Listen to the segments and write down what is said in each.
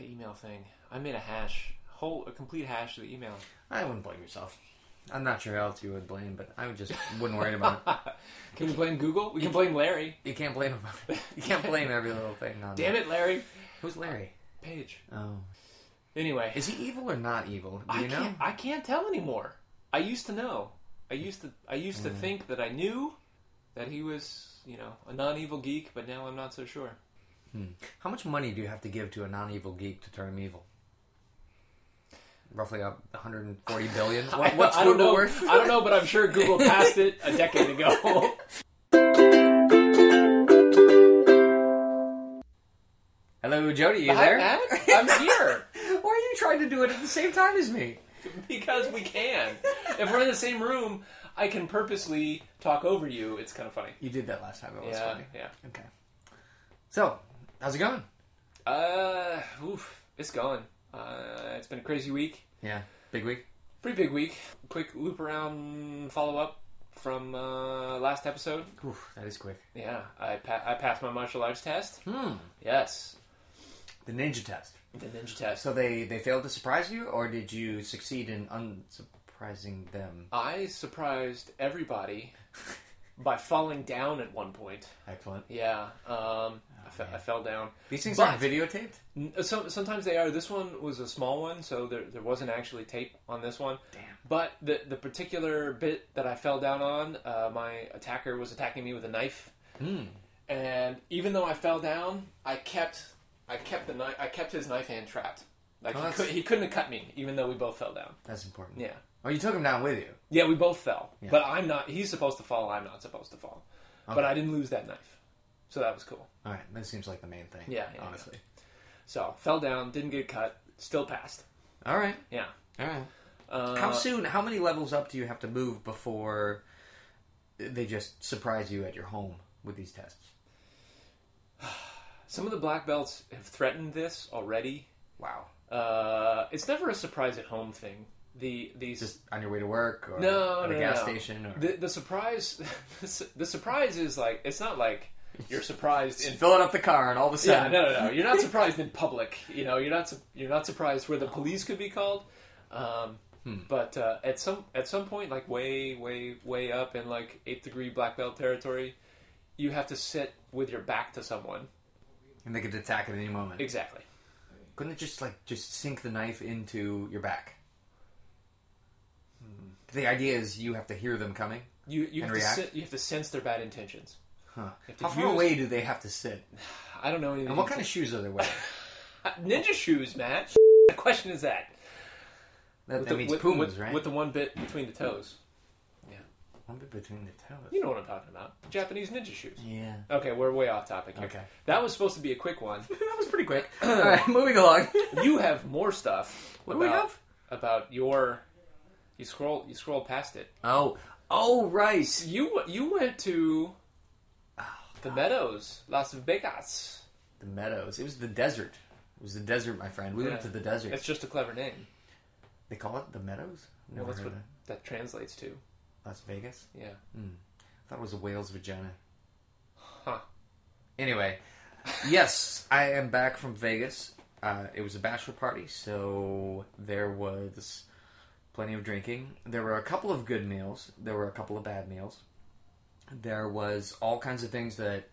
email thing. I made a hash, whole a complete hash of the email. I wouldn't blame yourself. I'm not sure how else you would blame, but I would just wouldn't worry about Can we blame Google? We can blame Larry. it. You can't blame him. You can't blame every little thing. On Damn that. it, Larry. Who's Larry? Page. Oh, Anyway, is he evil or not evil? Do I you know? can't. I can't tell anymore. I used to know. I used to. I used Mm. to think that I knew that he was, you know, a non-evil geek. But now I'm not so sure. How much money do you have to give to a non-evil geek to turn him evil? Roughly a 140 billion. What, I- what's I don't Google know. worth? I don't know, but I'm sure Google passed it a decade ago. Hello, Jody, you there? Hi, Matt. I'm here Why are you trying to do it at the same time as me? because we can. If we're in the same room, I can purposely talk over you. It's kind of funny. You did that last time. It was yeah, Oh, funny. yeah. Okay. So, how's it going? Uh, oof, it's going. Uh, it's been a crazy week. Yeah, big week. Pretty big week. Quick loop around follow up from uh, last episode. Oof, that is quick. Yeah, I pa- I passed my martial arts test. Hmm. Yes, The ninja test. the ninja test. So they they failed to surprise you, or did you succeed in unsurprising them? I surprised everybody by falling down at one point. Excellent. Yeah, um, I, fe- I fell down. These things But- aren't videotaped. N- So, sometimes they are. This one was a small one, so there, there wasn't actually tape on this one. Damn. But the the particular bit that I fell down on, uh, my attacker was attacking me with a knife, Hmm. and even though I fell down, I kept I kept the knife I kept his knife hand trapped. Like Oh, he, that's- could, he couldn't have cut me, even though we both fell down. That's important. Yeah, Oh, you took him down with you. yeah, we both fell. Yeah. But I'm not. He's supposed to fall. I'm not supposed to fall. But Okay. I didn't lose that knife, so that was cool. All right, that seems like the main thing. Yeah, yeah, honestly. So fell down, didn't get cut, still passed. All right. Yeah. All right. Uh, how soon? How many levels up do you have to move before they just surprise you at your home with these tests? Some of the black belts have threatened this already. Wow. Uh, it's never a surprise at home thing. The these Just on your way to work or No, at a no, gas no. station or the, the surprise the surprise is like it's not like you're surprised in filling up the car and all of a yeah sudden no no no you're not surprised in public you know you're not su- you're not surprised where the police could be called um, Hmm. but uh, at some at some point like way way way up in like eighth degree black belt territory you have to sit with your back to someone and they could attack at any moment. exactly Couldn't it just like just sink the knife into your back? Hmm. The idea is you have to hear them coming. you you have And to react? sit, you have to sense their bad intentions Huh. have to How far use- away do they have to sit? I don't know anything Uh, And what kind of shoes are they wearing? ninja shoes Matt the question is that That, that the, means with, pumas, with- right? with the one bit between the toes One bit between the toes. You know what I'm talking about. Japanese ninja shoes. Yeah. Okay, we're way off topic here. Okay. That was supposed to be a quick one. that was pretty quick. All right, moving along. You have more stuff. What do about, we have? About your you scroll you scroll past it. Oh, oh, right. You you went to Ah. the Meadows, Las Vegas. The meadows. It was the desert. It was the desert, my friend. We Yeah. went to the desert. It's just a clever name. They call it the meadows. Never Well, that's heard what of that translates to. that. Las Vegas. Yeah. I thought it was a whale's vagina. Huh. Anyway, yes, I am back from Vegas. Uh, it was a bachelor party, so there was plenty of drinking. There were a couple of good meals. There were a couple of bad meals. There was all kinds of things that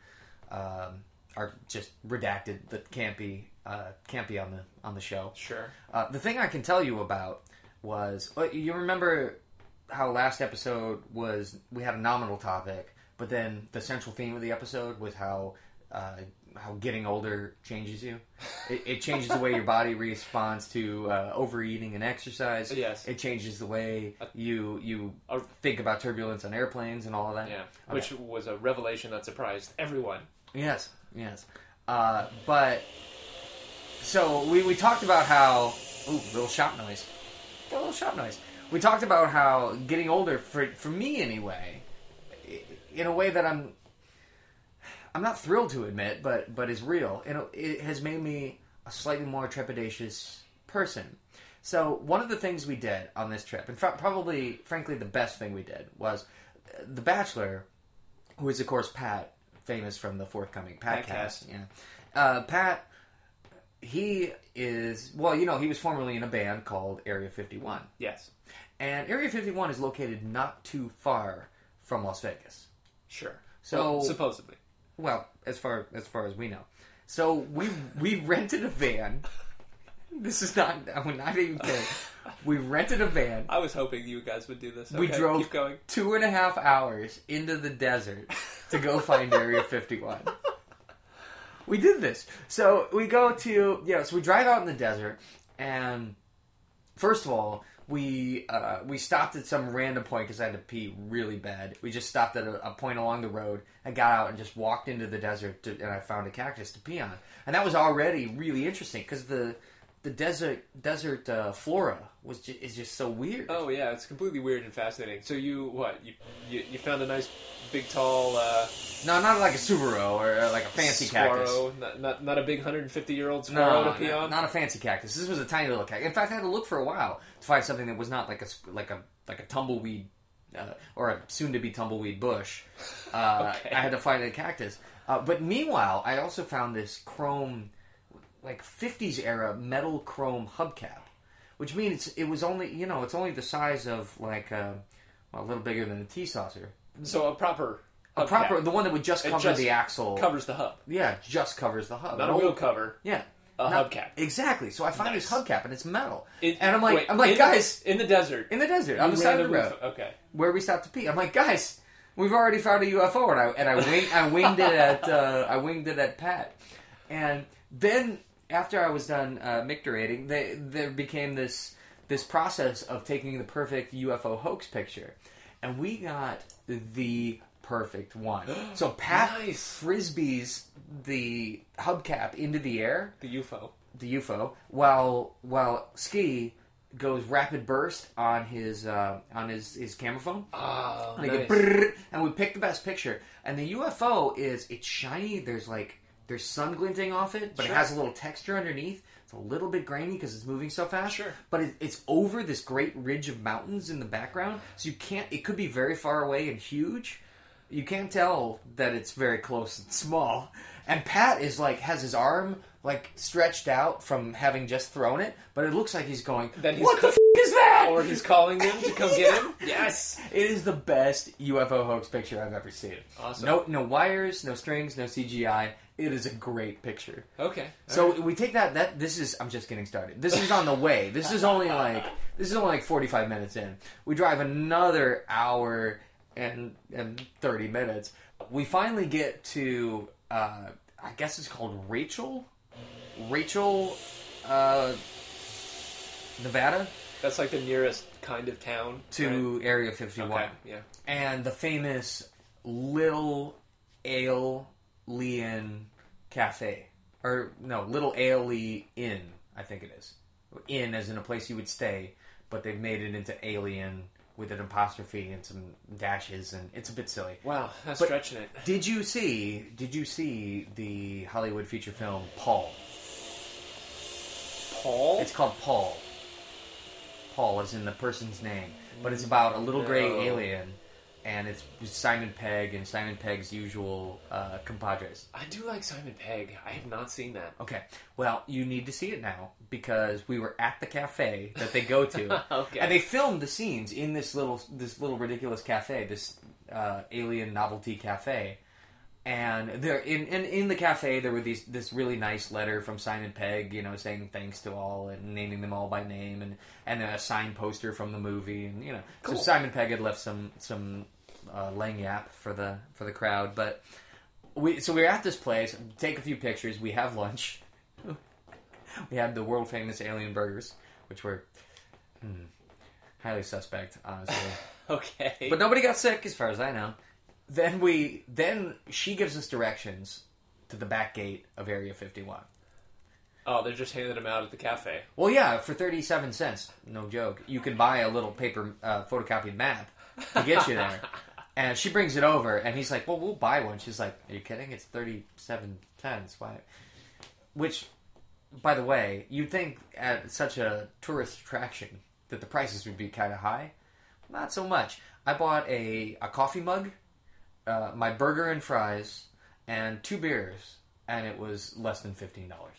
um, are just redacted that can't be uh, can't be on the on the show. Sure. Uh, the thing I can tell you about was uh, you remember how last episode was we had a nominal topic, but then the central theme of the episode was how uh, how getting older changes you. It, it changes the way your body responds to uh, overeating and exercise. Yes. it changes the way you you Uh, think about turbulence on airplanes and all of that. Yeah. Which was a revelation that surprised everyone. Yes, yes. Uh, but so we, we talked about how ooh, little shop noise. Got a little shop noise. We talked about how getting older for for me anyway, i- in a way that I'm I'm not thrilled to admit, but but is real. And it has made me a slightly more trepidatious person. So one of the things we did on this trip, and fr- probably frankly the best thing we did was uh, the Bachelor who is of course Pat, famous from the forthcoming Patcast. Patcast. Yeah, uh, Pat he is well, you know, he was formerly in a band called Area 51. Yes. And Area 51 is located not too far from Las Vegas. Sure. So- Well, supposedly. Well, as far as far as we know. So we we rented a van. This is not I'm not even kidding. We rented a van. I was hoping you guys would do this. We Okay, drove Keep going. two and a half hours into the desert to go find Area 51. We did this. So we go to, yeah, so we drive out in the desert, and first of all, we uh, we stopped at some random point because I had to pee really bad. We just stopped at a, a point along the road. I got out and just walked into the desert, to, and I found a cactus to pee on, and that was already really interesting because the the desert desert uh, flora was ju- is just so weird. Oh yeah, it's completely weird and fascinating. So you what? You you, you found a nice big tall uh, No, not like a Subaru or uh, like a fancy cactus. squirrel, not, not not a big hundred and fifty year old squirrel to pee no, on. not a fancy cactus. This was a tiny little cactus. In fact, I had to look for a while to find something that was not like a s- like a like a tumbleweed uh, or a soon to be tumbleweed bush. Uh, Okay. I had to find a cactus. Uh, but meanwhile, I also found this chrome, like '50s era metal chrome hubcap, which means it was only you know it's only the size of like uh, well, a little bigger than a tea saucer. so a proper A hubcap proper the one that would just cover just the axle. covers the hub, yeah, just covers the hub. not An a old- wheel cover. yeah. A Not- hubcap. Exactly. So I find this Nice. hubcap and it's metal. It- and I'm like wait, I'm like, in- guys, in the desert. in the desert, on the You side of the randomly road, f- Okay. where we stopped to pee. I'm like, guys, we've already found a UFO and I and I wing I winged it at uh, I winged it at Pat. And then after I was done uh micturating, they there became this this process of taking the perfect UFO hoax picture. And we got the perfect one. So Pat Nice. frisbees the hubcap into the air The UFO. the UFO, while while Ski goes rapid burst on his uh, on his his camera phone. Oh, And, they go brrrr, and we pick the best picture. And the UFO is it's shiny. There's like there's sun glinting off it, but it Sure. has a little texture underneath. It's a little bit grainy because it's moving so fast. Sure. But it, it's over this great ridge of mountains in the background, so you can't. It could be very far away and huge. You can't tell that it's very close and small. And Pat is like has his arm like stretched out from having just thrown it, but it looks like he's going. That he's what co- the f- is that? Or he's calling them to come get him. Yes. It is the best UFO hoax picture I've ever seen. Awesome. No, no wires, no strings, no CGI. It is a great picture. Okay. So we take that. That this is. I'm just getting started. This is on the way. This is only like this is only like 45 minutes in. We drive another hour and and 30 minutes. We finally get to. Uh, I guess it's called Rachel. Rachel, uh, Nevada That's like the nearest kind of town right? to Area 51 Okay, Yeah. and the famous Little Ale Lean Cafe. Or, no, Little Ale Lee Inn, I think it is. Inn as in a place you would stay, but they've made it into alien with an apostrophe and some dashes, and it's a bit silly. Wow, that's But- stretching it. Did you see, did you see the Hollywood feature film Paul? Paul. It's called Paul. Paul is in the person's name, but it's about a little gray No. alien, and it's Simon Pegg and Simon Pegg's usual uh, compadres. I do like Simon Pegg. I have not seen that. Okay, well, you need to see it now because we were at the cafe that they go to, Okay. and they filmed the scenes in this little this little ridiculous cafe, this uh, alien novelty cafe. And there, in, in in the cafe, there were these this really nice letter from Simon Pegg, you know, saying thanks to all and naming them all by name, and and a signed poster from the movie, and you know, Cool. so Simon Pegg had left some some uh, lang yap for the for the crowd, but we so we we're at this place, take a few pictures, we have lunch, we had the world famous alien burgers, which were hmm, highly suspect, honestly. Okay. But nobody got sick, as far as I know. Then we, then she gives us directions to the back gate of Area 51. oh, they're just handing him out at the cafe. Well, yeah, for 37 cents, no joke. You can buy a little paper uh, photocopied map to get you there. and she brings it over, and he's like, "Well, we'll buy one." She's like, "Are you kidding? It's 37 cents. Why?" Which, by the way, you'd think at such a tourist attraction that the prices would be kind of high. Not so much. I bought a a coffee mug, uh, my burger and fries, and two beers, and it was less than fifteen dollars.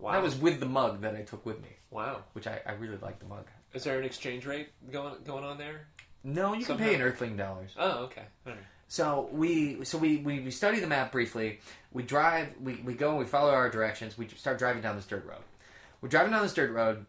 Wow. That was with the mug that I took with me, wow. which I, I really like the mug. Is there an exchange rate going going on there? No, you Somehow. can pay in Earthling dollars. Oh, okay. All right. So we so we, we, we study the map briefly. We drive. We, we go. and We follow our directions. We start driving down this dirt road. We're driving down this dirt road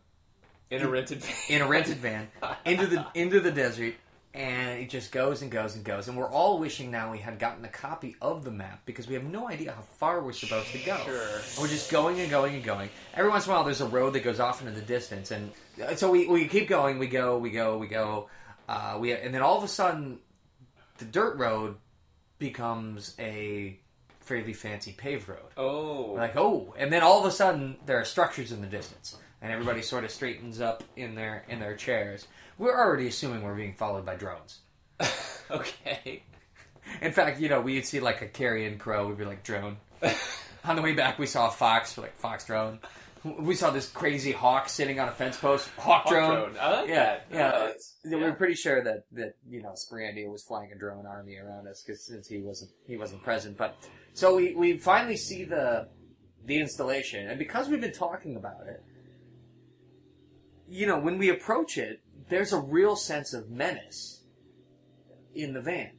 In a rented in a rented van into the into the desert, and it just goes and goes and goes. And we're all wishing now we had gotten a copy of the map because we have no idea how far we're supposed to go. Sure. We're just going and going and going. Every once in a while, there's a road that goes off into the distance, and uh, so we, we keep going. We go, we go, we go. Uh, we and then all of a sudden, the dirt road becomes a fairly fancy paved road. Oh, We're like, oh, and then all of a sudden there are structures in the distance, and everybody sort of straightens up in their in their chairs. We're already assuming we're being followed by drones. okay. In fact, you know, we'd see like a carrion crow, we'd be like drone. on the way back, we saw a fox, we're like fox drone. We saw this crazy hawk sitting on a fence post, hawk, drone. Drone. I like Yeah, that. yeah. Oh, that's- We were pretty sure that that you know Sperandia was flying a drone army around us because since he wasn't he wasn't present. But so we we finally see the the installation, and because we've been talking about it, you know, when we approach it, there's a real sense of menace in the van.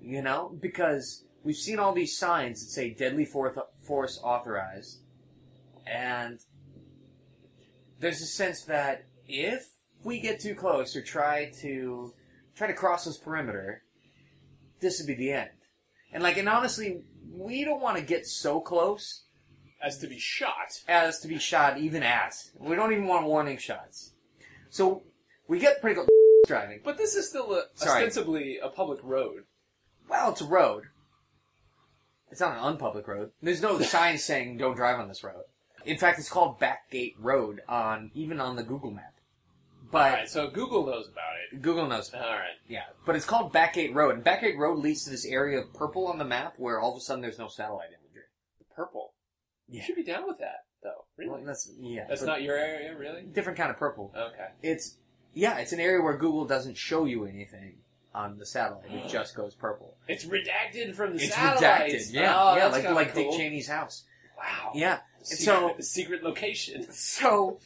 You know, because we've seen all these signs that say "deadly forth- force authorized," and there's a sense that if we get too close or try to try to cross this perimeter, this would be the end. And like, and honestly, we don't want to get so close As to be shot. as to be shot even at. We don't even want warning shots. So we get pretty close driving. But this is still a, Sorry. ostensibly a public road. Well, it's a road. It's not an unpublic road. There's no sign saying don't drive on this road. In fact, it's called Backgate Road on even on the Google map. But All right, so Google knows about it. Google knows. All right. Yeah, but it's called Backgate Road, and Backgate Road leads to this area of purple on the map where all of a sudden there's no satellite imagery. Purple. Yeah. You should be down with that, though. Really? Well, that's yeah, That's but not your area, really? different kind of purple. Okay. It's yeah, it's an area where Google doesn't show you anything on the satellite; it just goes purple. It's redacted from the It's satellites. redacted. Yeah, Oh, yeah, that's like kinda like cool. Dick Cheney's house. Wow. Yeah, Secret, secret location. so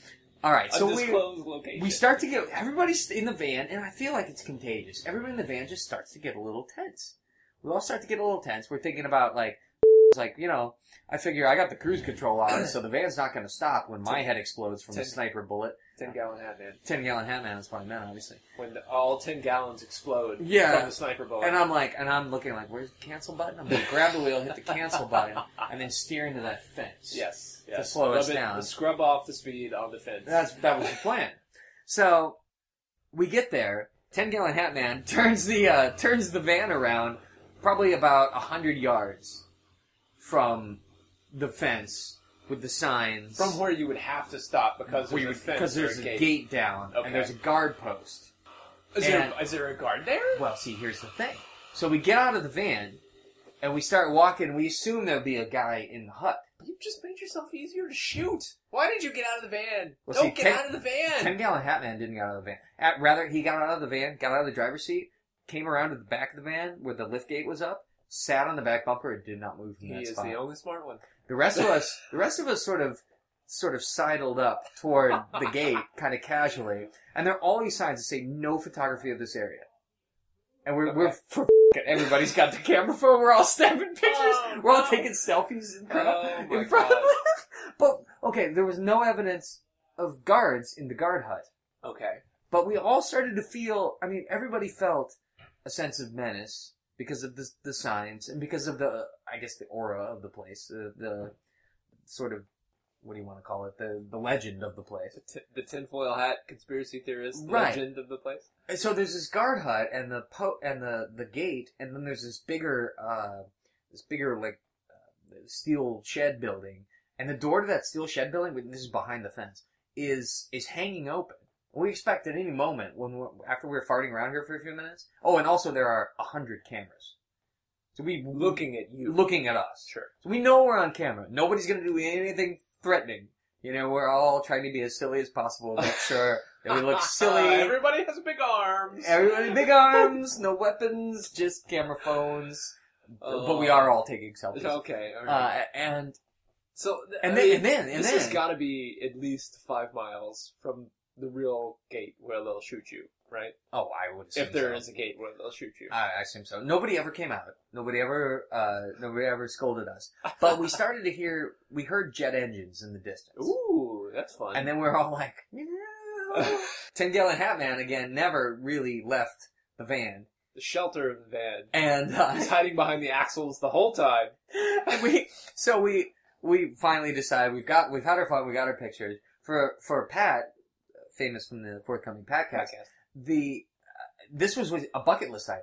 all right, so we Undisclosed location. we start to get everybody's in the van, and I feel like it's contagious. Everybody in the van just starts to get a little tense. We all start to get a little tense. We're thinking about like, it's like you know, I figure I got the cruise control on, so the van's not going to stop when my head explodes from a Ten- sniper bullet. ten gallon hat man. Ten gallon hat man is what I meant, obviously. When the, all ten gallons explode Yeah. from the sniper bullet. And I'm like, and I'm looking like, where's the cancel button? I'm going to grab the wheel, hit the cancel button, and then steer into that fence. yes, yes. slow Rub us it- down. Scrub off the speed on the fence. That's that was the plan. So we get there. Ten gallon hat man turns the uh, turns the van around, probably about a hundred yards from the fence with the signs. from where you would have to stop because there's where you a would- fence because or there's a a gate. gate, down Okay. and there's a guard post. Is there, and- is there a guard there? Well, see, here's the thing. So we get out of the van and we start walking. We assume there'll be a guy in the hut. You just made yourself easier to shoot. Why did you get out of the van? Well, Don't see, get ten- out of the van. Ten gallon hat man didn't get out of the van. At, rather, he got out of the van, got out of the driver's seat, came around to the back of the van where the lift gate was up, sat on the back bumper, and did not move from he that is spot. the The, only smart one. rest of us, the rest of us, sort of, sort of sidled up toward the gate, kind of casually, and there are all these signs that say "No photography of this area," and we're we're. Okay. For Everybody's got the camera phone. We're all snapping pictures. Oh, we're all no. taking selfies and crap Oh my in front of god. us. But okay, there was no evidence of guards in the guard hut. Okay. But we all started to feel, I mean, everybody felt a sense of menace because of the, the signs and because of the, I guess, the aura of the place, the, the sort of, what do you want to call it, the, the legend of the place. The, t- the tinfoil hat conspiracy theorist Right. legend of the place. And so there's this guard hut and the po- and the, the gate, and then there's this bigger, uh, this bigger, like, uh, steel shed building. And the door to that steel shed building, which- this is behind the fence, is is hanging open. We expect at any moment when we're, after we're farting around here for a few minutes. Oh, and also there are a hundred cameras, so we Looking at you. looking at us. Sure. So we know we're on camera. Nobody's going to do anything threatening. You know, we're all trying to be as silly as possible. Make sure that we look silly. Everybody has big arms. Everybody, big arms, no weapons, just camera phones. but we are all taking selfies. Oh, Okay. Oh. All right. Uh, and So And I then- mean, and then- and this has then- got to be at least five miles from the real gate where they'll shoot you, right? Oh, I would. If there so. Uh, is a gate where they'll shoot you. I I assume so. Nobody ever came out. Nobody ever, uh, nobody ever scolded us. But we started to hear, we heard jet engines in the distance, Ooh, that's fun. and then we're all like, "No." Ten Gallon Hat Man again never really left the van, the shelter of the van. and He's uh, hiding behind the axles the whole time. and we, so we, we finally decide we've got, we've had our fun, we got our pictures for for Pat, famous from the forthcoming Pat cast. the uh, this was, was a bucket list item.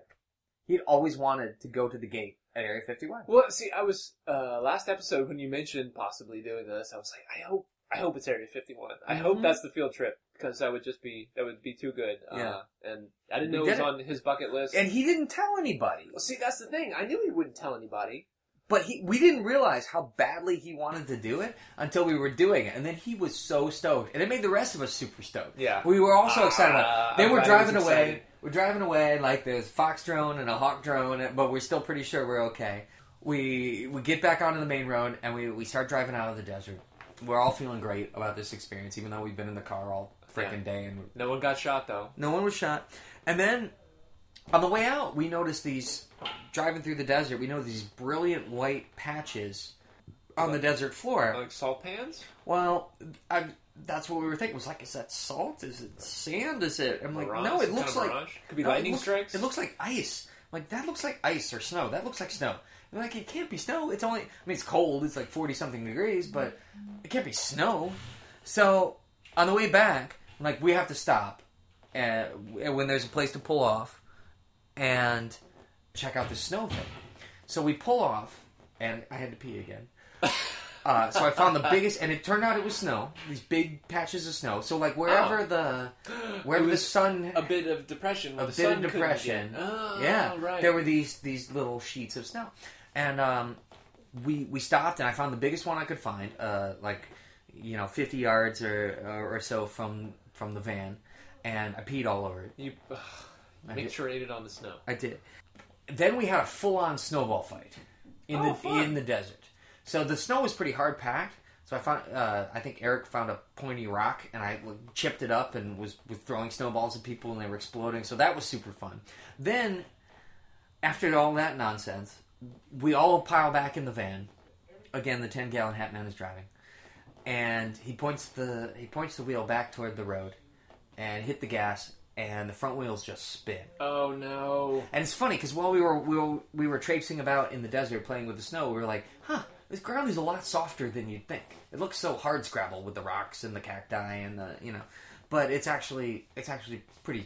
He'd always wanted to go to the gate at Area 51. Well, see, I was uh, last episode when you mentioned possibly doing this. I was like, I hope, I hope it's Area Fifty One. I hope Mhm. that's the field trip because that would just be that would be too good. Uh, and I didn't We know it was did it. on his bucket list. And he didn't tell anybody. well, see, that's the thing. I knew he wouldn't tell anybody. But he, we didn't realize how badly he wanted to do it until we were doing it. And then he was so stoked. And it made the rest of us super stoked. Yeah. We were all so excited about Ah, it. Then everybody we're was driving away. excited. We're driving away like there's fox drone and a hawk drone, and- but we're still pretty sure we're okay. We we get back onto the main road and we, we start driving out of the desert. We're all feeling great about this experience, even though we've been in the car all freaking Yeah. day and No one got shot though. No one was shot. And then on the way out, we noticed these driving through the desert. We know these brilliant white patches on the desert floor. Like salt pans. Well, I, that's what we were thinking. It was like, is that salt? Is it sand? Is it? I'm like, Mirage? no. Some It kind looks of like mirage? Could be no, it lightning looks- strikes? It looks like ice. Like that looks like ice or snow. That looks like snow. I'm like, it can't be snow. It's only. I mean, it's cold. It's like forty something degrees, but it can't be snow. So on the way back, I'm like we have to stop, and when there's a place to pull off, and check out the snow thing. So we pull off, and I had to pee again. Uh, so I found the biggest, and it turned out it was snow. These big patches of snow. So like wherever the wherever Oh. the was sun A bit of depression. a bit of depression. Oh, yeah, right. there were these these little sheets of snow, and um, we we stopped and I found the biggest one I could find, uh, like you know, fifty yards or, or or so from from the van, and I peed all over it. you ugh, did- micturated on the snow. I did. Then we had a full on snowball fight in Oh, the fun. in the desert. So the snow was pretty hard packed. So I found uh, I think Eric found a pointy rock and I like, chipped it up and was, was throwing snowballs at people and they were exploding. So that was super fun. Then after all that nonsense, we all pile back in the van. Again, the ten gallon hat man is driving, and he points the he points the wheel back toward the road, and hit the gas, and the front wheels just spin. Oh no! And it's funny because while we were, we were we were traipsing about in the desert playing with the snow, we were like, "Huh, this ground is a lot softer than you'd think. It looks so hard scrabble with the rocks and the cacti and the you know, but it's actually it's actually pretty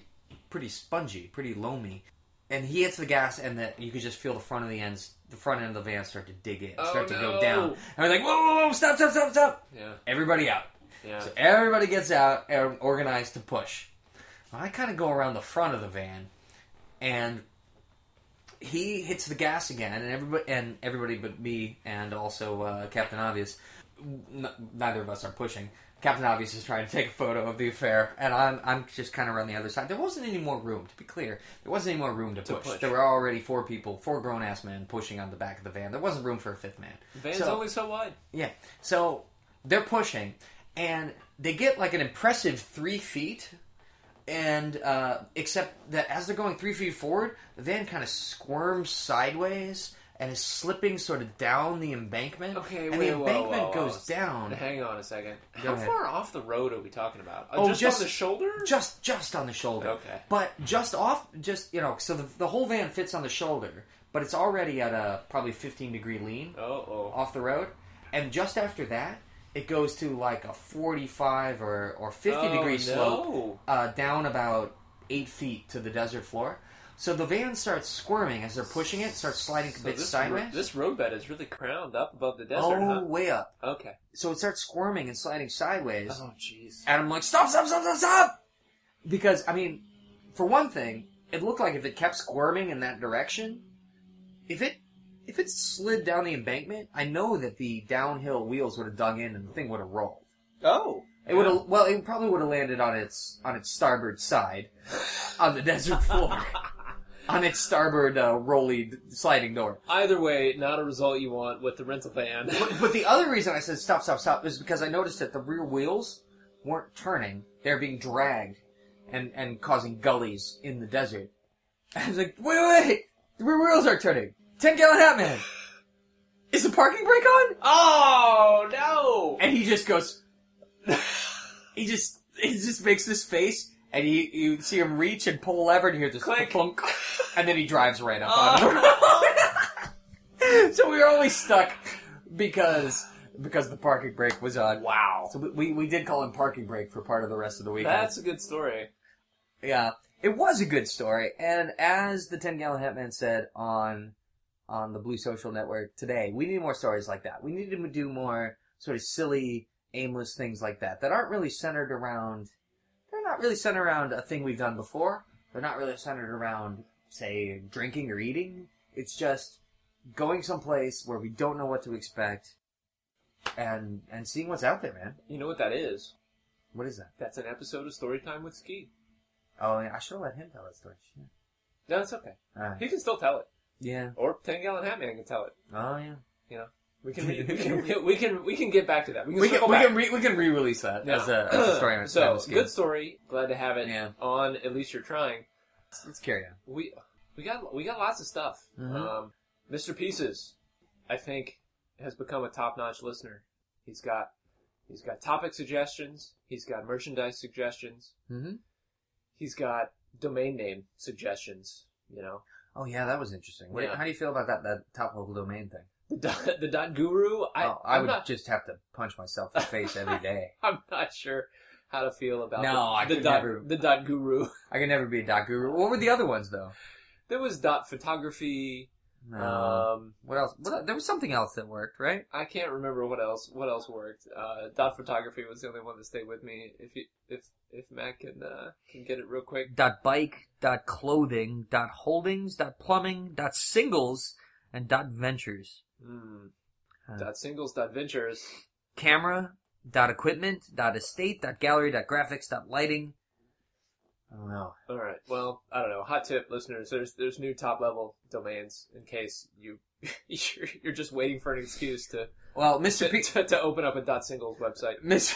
pretty spongy, pretty loamy." And he hits the gas, and the, you could just feel the front of the ends, the front end of the van start to dig in, Oh, start to go no. down. And we're like, "Whoa, whoa, whoa! Stop, stop, stop, stop! Yeah, Everybody out!" yeah. So everybody gets out and organized to push. I kind of go around the front of the van, and he hits the gas again, and everybody and everybody but me and also uh, Captain Obvious. N- neither of us are pushing. Captain Obvious is trying to take a photo of the affair, and I'm I'm just kind of around the other side. There wasn't any more room, to be clear. There wasn't any more room to, push. push. There were already four people, four grown ass men pushing on the back of the van. There wasn't room for a fifth man. Van's So- only so wide. yeah. So they're pushing, and they get like an impressive three feet. And uh, except that as they're going three feet forward, the van kind of squirms sideways and is slipping sort of down the embankment. Okay, and wait, the whoa, embankment whoa, whoa. goes down Hang on a second. Go How ahead. far off the road are we talking about? Uh, Oh, just, just- on the shoulder? just just on the shoulder. Okay. But just off, just you know, so the, the whole van fits on the shoulder, but it's already at a probably 15 degree lean. oh, oh. off the road, and just after that, it goes to like a 45 or, or 50 Oh, degree no. slope uh, down about eight feet to the desert floor. So the van starts squirming as they're pushing it, starts sliding a So bit this, sideways. this road bed is really crowned up above the desert, oh, way up. huh? Okay. So it starts squirming and sliding sideways. Oh, jeez. And I'm like, stop, stop, stop, stop, stop! Because, I mean, for one thing, it looked like if it kept squirming in that direction, if it if it slid down the embankment, I know that the downhill wheels would have dug in and the thing would have rolled. Oh. It would have well, it probably would have landed on its on its starboard side on the desert floor. on its starboard uh, rolly sliding door. Either way, not a result you want with the rental van. But, but the other reason I said stop, stop, stop is because I noticed that the rear wheels weren't turning; they were being dragged and and causing gullies in the desert. I was like, wait, wait, wait. the rear wheels are turning. Ten gallon hat man. Is the parking brake on? oh no! And he just goes. he just he just makes this face, and you you see him reach and pull a lever, and you hear this Click. clunk, and then he drives right up on him. Oh. so we were always stuck because because the parking brake was on. wow. So we- we we did call him parking brake for part of the rest of the weekend. That's a good story. yeah, it was a good story. And as the ten gallon hitman said on on the Blue Social Network today, we need more stories like that. We need to do more sort of silly, aimless things like that that aren't really centered around. They're not really centered around a thing we've done before. They're not really centered around, say, drinking or eating. It's just going someplace where we don't know what to expect, and and seeing what's out there, man. You know what that is? What is that? That's an episode of Storytime with Ski. Oh, yeah, I should have let him tell that story. Shit. No, it's okay. All right. He can still tell it, Yeah. or Ten Gallon Hat Man can tell it. Oh yeah. You know, we can we can we can, we can get back to that. We can We circle can we back. can, re- we can re-release that Yeah. as, a, as a story. on so Timeless Game. good story. Glad to have it Yeah. on. At least you're trying. Let's carry on. We we got we got lots of stuff. Mhm. Um, Mr. Pieces, I think, has become a top notch listener. He's got he's got topic suggestions. He's got merchandise suggestions. Mm-hmm. He's got domain name suggestions. You know, Oh yeah, that was interesting. What, Yeah. How do you feel about that that top level domain thing? the dot, the dot guru. I oh, I I'm would not just have to punch myself in the face every day. I'm not sure how to feel about No, the, I the could dot never- the dot guru. I could never be a dot guru. What were the other ones though? There was dot photography. No. Um, what else? What, el- there was something else that worked, right? I can't remember what else what else worked. Uh, dot photography was the only one that stayed with me. If you, if if Matt can uh, can get it real quick. Dot bike. Dot clothing. Dot holdings. Dot plumbing. Dot singles. And dot ventures. Mm. Huh. Dot singles. Dot ventures. camera dot equipment dot estate dot gallery dot graphics dot lighting. I don't know. All right. Well, I don't know. Hot tip, listeners. There's there's new top level domains in case you you're, you're just waiting for an excuse to Well, Mr. to, P- to, to open up a dot singles website. Mr.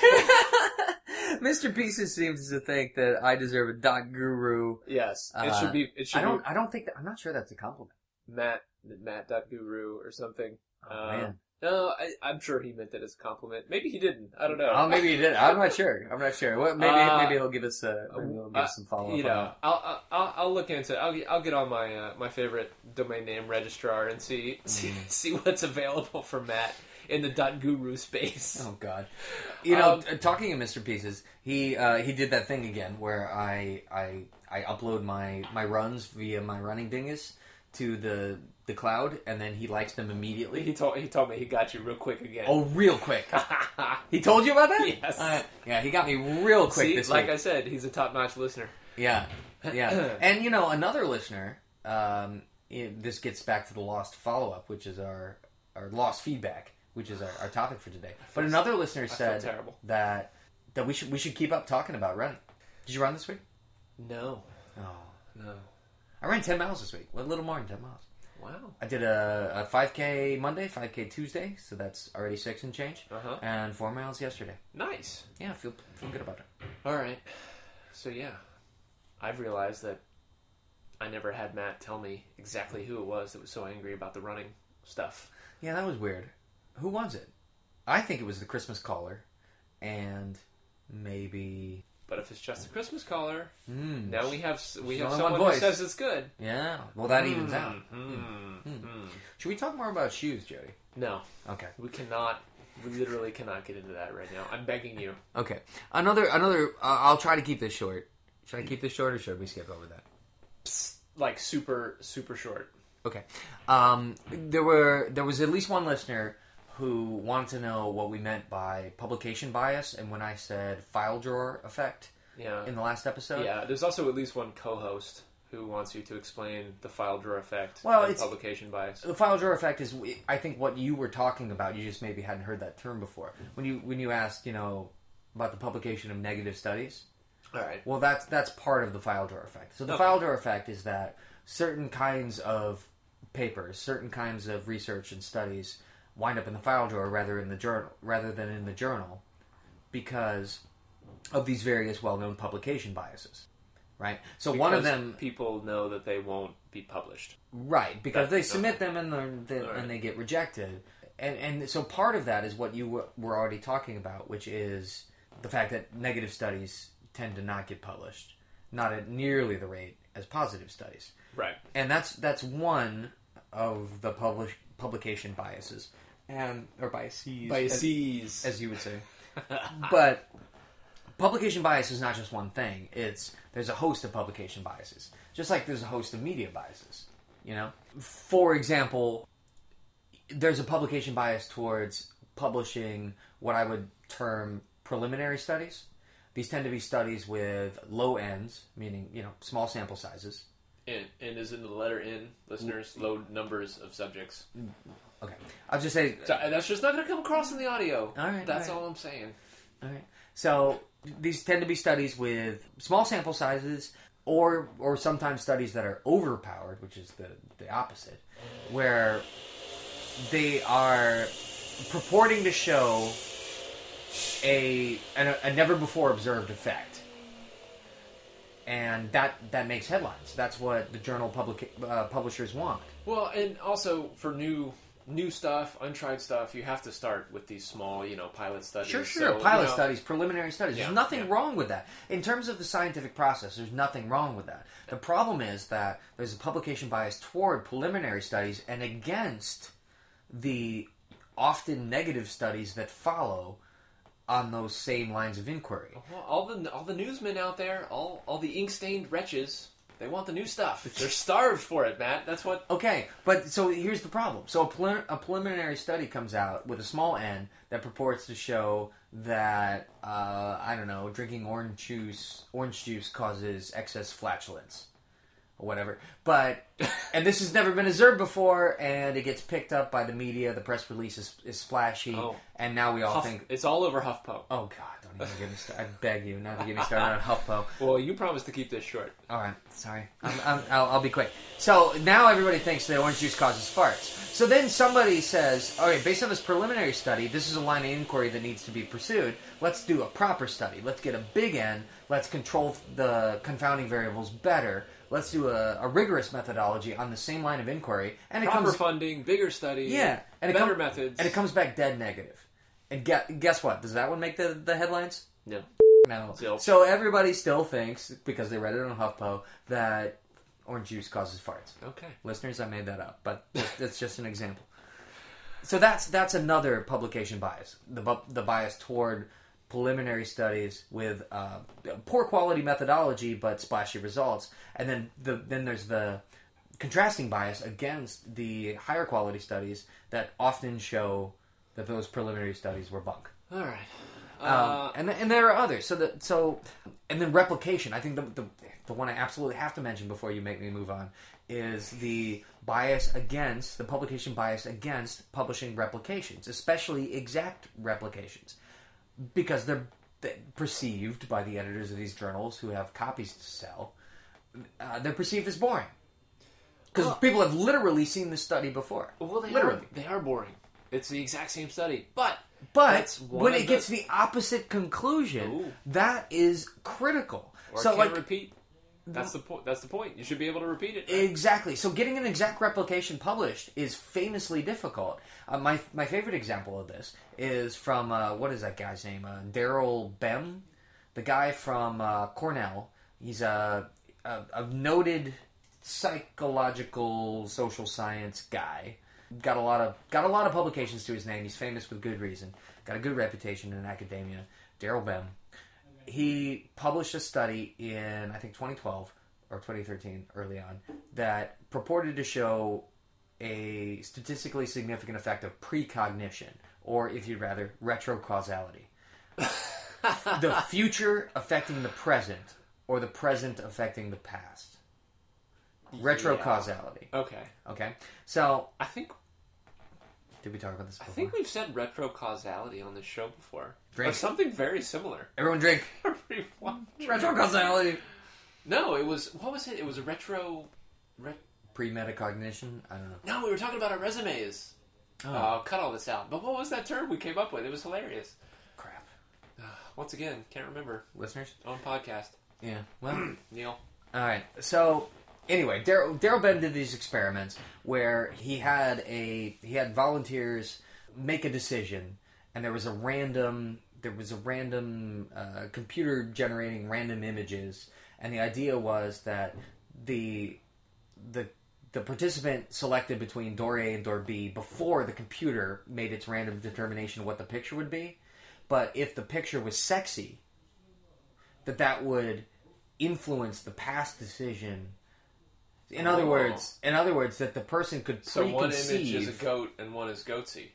Mr. Pieces seems to think that I deserve a dot guru. Yes, it Uh, should be. It should I don't. I don't think that. I'm not sure that's a compliment. be Matt Matt dot guru or something. Oh, Uh, man. No, I, I'm sure he meant that as a compliment. Maybe he didn't. I don't know. Oh, maybe he did. I'm not sure. I'm not sure. Well, maybe Uh, maybe he'll give us a. Maybe he'll give us some follow up. you know, I'll, I'll- I'll I'll look into. it. I'll get- I'll get on my uh, my favorite domain name registrar and see see, Mm. see what's available for Matt in the dot guru space. Oh God! You know, Um, t- talking of Mr. Pieces, he uh, he did that thing again where I I I upload my my runs via my running dingus to the the cloud, and then he likes them He immediately. told he told me he got you real quick again. Oh, real quick! He told you about that? Yes. Uh, yeah, he got me real quick See, this like week. I said, he's a top notch listener. Yeah, yeah. and you know, another listener. Um, it, this gets back to the lost follow up, which is our our lost feedback, which is our, our topic for today. But another listener feel said terrible. that that we should we should keep up talking about running. Did you run this week? No, No, Oh. no. I ran ten miles this week. Well, a little more than ten miles. Wow. I did a five k Monday, five k Tuesday, so that's already six and change, Uh huh. and four miles yesterday. Nice. Yeah, I feel feel good about it. All right. So yeah, I've realized that I never had Matt tell me exactly who it was that was so angry about the running stuff. Yeah, that was weird. Who was it? I think it was the Christmas caller, and maybe. But if it's just a Christmas caller, Hmm. now we have we have Only someone one who voice. says it's good. Yeah. Well, that Hmm. evens out. Mm, mm. Should we talk more about shoes, Jody? No, Okay. we cannot. We literally cannot get into that right now. I'm begging you. Okay. Another. Another. Uh, I'll try to keep this short. Should I keep this short, or should we skip over that? Psst, like super super short. Okay. Um, there were there was at least one listener who wanted to know what we meant by publication bias, and when I said file drawer effect Yeah, in the last episode. yeah. There's also at least one co-host who wants you to explain the file drawer effect Well, and it's- publication bias. The file drawer effect is, I think, what you were talking about. You just maybe hadn't heard that term before. When you when you asked, you know, about the publication of negative studies, All right. Well, that's that's part of the file drawer effect. So the Okay. file drawer effect is that certain kinds of papers, certain kinds of research and studies wind up in the file drawer rather in the journal rather than in the journal because of these various well-known publication biases. Right? So one of Because them people know that they won't be published. Right, because That- they submit them and they're, they, All right. and they get rejected, and and so part of that is what you were, were already talking about, which is the fact that negative studies tend to not get published, not at nearly the rate as positive studies, Right. and that's that's one of the publish publication biases, and or biases, as- Biases. as you would say. but publication bias is not just one thing. It's there's a host of publication biases, just like there's a host of media biases. You know, for example, there's a publication bias towards publishing what I would term preliminary studies. These tend to be studies with low ends, meaning you know small sample sizes. in, and is in the letter N, listeners, low numbers of subjects. Okay, I'll just say So, uh, that's just not going to come across in the audio. All right, That's all right. all I'm saying. All right. So these tend to be studies with small sample sizes, or or sometimes studies that are overpowered, which is the the opposite, where they are purporting to show a an, a never before observed effect. And that, that makes headlines. That's what the journal public, uh, publishers want. Well, and also for new new stuff, untried stuff, you have to start with these small, you know, pilot studies. Sure, sure. So, Pilot you know, studies, preliminary studies. Yeah, there's nothing yeah. wrong with that. In terms of the scientific process, there's nothing wrong with that. The problem is that there's a publication bias toward preliminary studies and against the often negative studies that follow on those same lines of inquiry. Well, all the all the newsmen out there, all all the ink stained wretches, they want the new stuff. They're starved for it, Matt. That's what. Okay, but so here's the problem. So a, prelim- a preliminary study comes out with a small n that purports to show that uh, I don't know, drinking orange juice, orange juice causes excess flatulence, or whatever. But and this has never been observed before, and it gets picked up by the media. The press release is, is splashy, Oh. and now we all Huff, think, It's all over HuffPo. oh god, don't even get me started. I beg you not to get me started on HuffPo. Well, you promised to keep this short. All right, sorry. I'm, I'm, I'll, I'll be quick. So now everybody thinks that orange juice causes farts. So then somebody says, all right, based on this preliminary study, this is a line of inquiry that needs to be pursued. Let's do a proper study. Let's get a big N. Let's control the confounding variables better. Let's do a, a rigorous methodology on the same line of inquiry. And it Proper comes funding, bigger study, yeah, and it better come- methods. and it comes back dead negative. And guess, guess what? Does that one make the, the headlines? no. No. Still. So everybody still thinks because they read it on HuffPo that orange juice causes farts. Okay. Listeners, I made that up, but that's- that's just an example. So that's that's another publication bias. The bu- the bias toward preliminary studies with uh, poor quality methodology but splashy results, and then the then there's the contrasting bias against the higher quality studies that often show that those preliminary studies were bunk. All right. Um, Uh, and th- and there are others. So the so and then replication. I think the, the the one I absolutely have to mention before you make me move on is the bias against the publication bias against publishing replications, especially exact replications, because they're, they perceived by the editors of these journals who have copies to sell. Uh, they're perceived as boring because Well- people have literally seen this study before. well, they literally. are they are boring. It's the exact same study, but But That's one when of it gets the opposite conclusion, Ooh. that is critical. or so can't like repeat. That's the point. That's the point. You should be able to repeat it. exactly. So getting an exact replication published is famously difficult. Uh, my my favorite example of this is from uh, what is that guy's name? Uh, Daryl Bem, the guy from uh, Cornell. He's a, a a noted psychological social science guy. Got a lot of got a lot of publications to his name. He's famous with good reason. Got a good reputation in academia. Daryl Bem. he published a study in I think 2012 or 2013 early on that purported to show a statistically significant effect of precognition or if you'd rather retrocausality the future affecting the present or the present affecting the past retrocausality Okay. okay so I think Did we talk about this I before? think we've said retro causality on this show before, or Drink. something very similar. Everyone drink. Everyone- Retro causality. No, it was what was it? It was a retro. Re- Pre-metacognition? I don't know. no, we were talking about our resumes. Oh. I'll cut all this out. But what was that term we came up with? It was hilarious. crap. Once again, can't remember. Listeners? On podcast, Yeah. Well, Neil. All right. So anyway, Daryl Daryl Ben did these experiments where he had a he had volunteers make a decision, and there was a random there was a random uh, computer generating random images, and the idea was that the the the participant selected between door A and door B before the computer made its random determination of what the picture would be. But if the picture was sexy, that that would influence the past decision. In other Oh. words, in other words, that the person could So one image is preconceive. a goat and one is goatsy.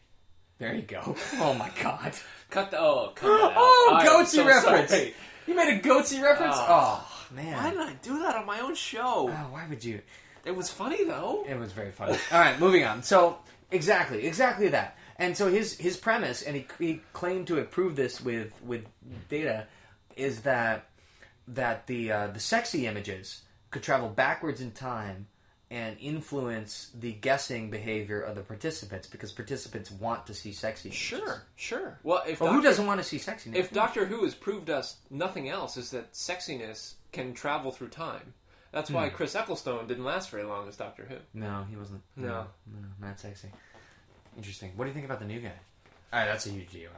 there you go. Oh my god. Cut the oh, cut that out. oh, I am goatsy so reference. sorry. Ah. You made a goatsy reference. oh man. Why did I do that on my own show? Oh, why would you? It was funny though. It was very funny. All right, moving on. So exactly, exactly that. And so his his premise, and he, he claimed to have proved this with with data, is that that the uh, the sexy images could travel backwards in time and influence the guessing behavior of the participants because participants want to see sexy. images. Sure, sure. Well, if But Doctor, who doesn't want to see sexy? if images? Doctor Who has proved us nothing else, is that sexiness can travel through time. That's why Hmm. Chris Ecclestone didn't last very long as Doctor Who. no, he wasn't. No. no, not sexy. Interesting. What do you think about the new guy? All right, that's a huge deal.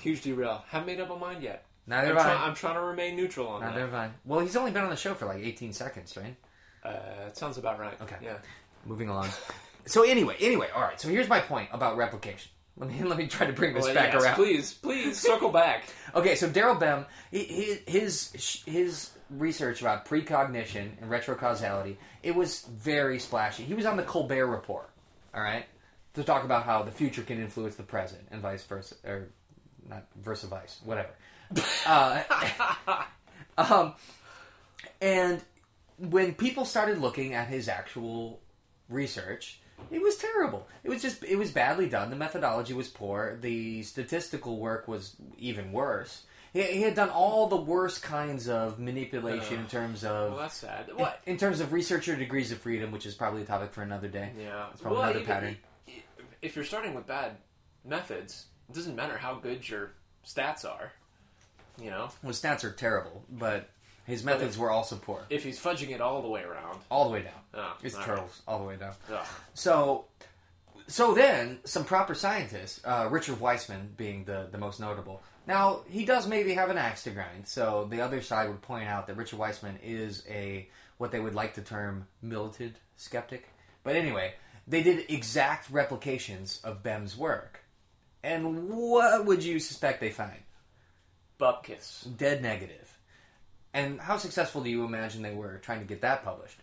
Huge derail. Haven't made up my mind yet. Neither Uh, I'm, have try- I. I'm trying to remain neutral on Not that. Irvine. Well, he's only been on the show for like 18 seconds, right? Uh, it sounds about right. Okay. Yeah. Moving along. so anyway, anyway, all right. So here's my point about replication. Let me let me try to bring this Well, back yes, around. Please, please circle back. Okay, so Daryl Bem, he- he- his his research about precognition and retrocausality, it was very splashy. He was on the Colbert Report, all right, to talk about how the future can influence the present and vice versa, or not versa vice, whatever. uh, um, and when people started looking at his actual research, it was terrible. It was just it was badly done. The methodology was poor. The statistical work was even worse. He, he had done all the worst kinds of manipulation in terms of Well, that's sad. What? in terms of researcher degrees of freedom, which is probably a topic for another day. Yeah. it's probably another even- pattern. If you're starting with bad methods, it doesn't matter how good your stats are. You know, Well, stats are terrible, but his methods were also poor, if he's fudging it all the way around. all the way down. Oh, It's all right. turtles all the way down. Ugh. So, so then some proper scientists, uh, Richard Weissman being the the most notable. Now he does maybe have an axe to grind. So the other side would point out that Richard Weissman is a what they would like to term militant skeptic. But anyway, they did exact replications of Bem's work, and what would you suspect they find? Bupkis. Dead negative. And how successful do you imagine they were trying to get that published?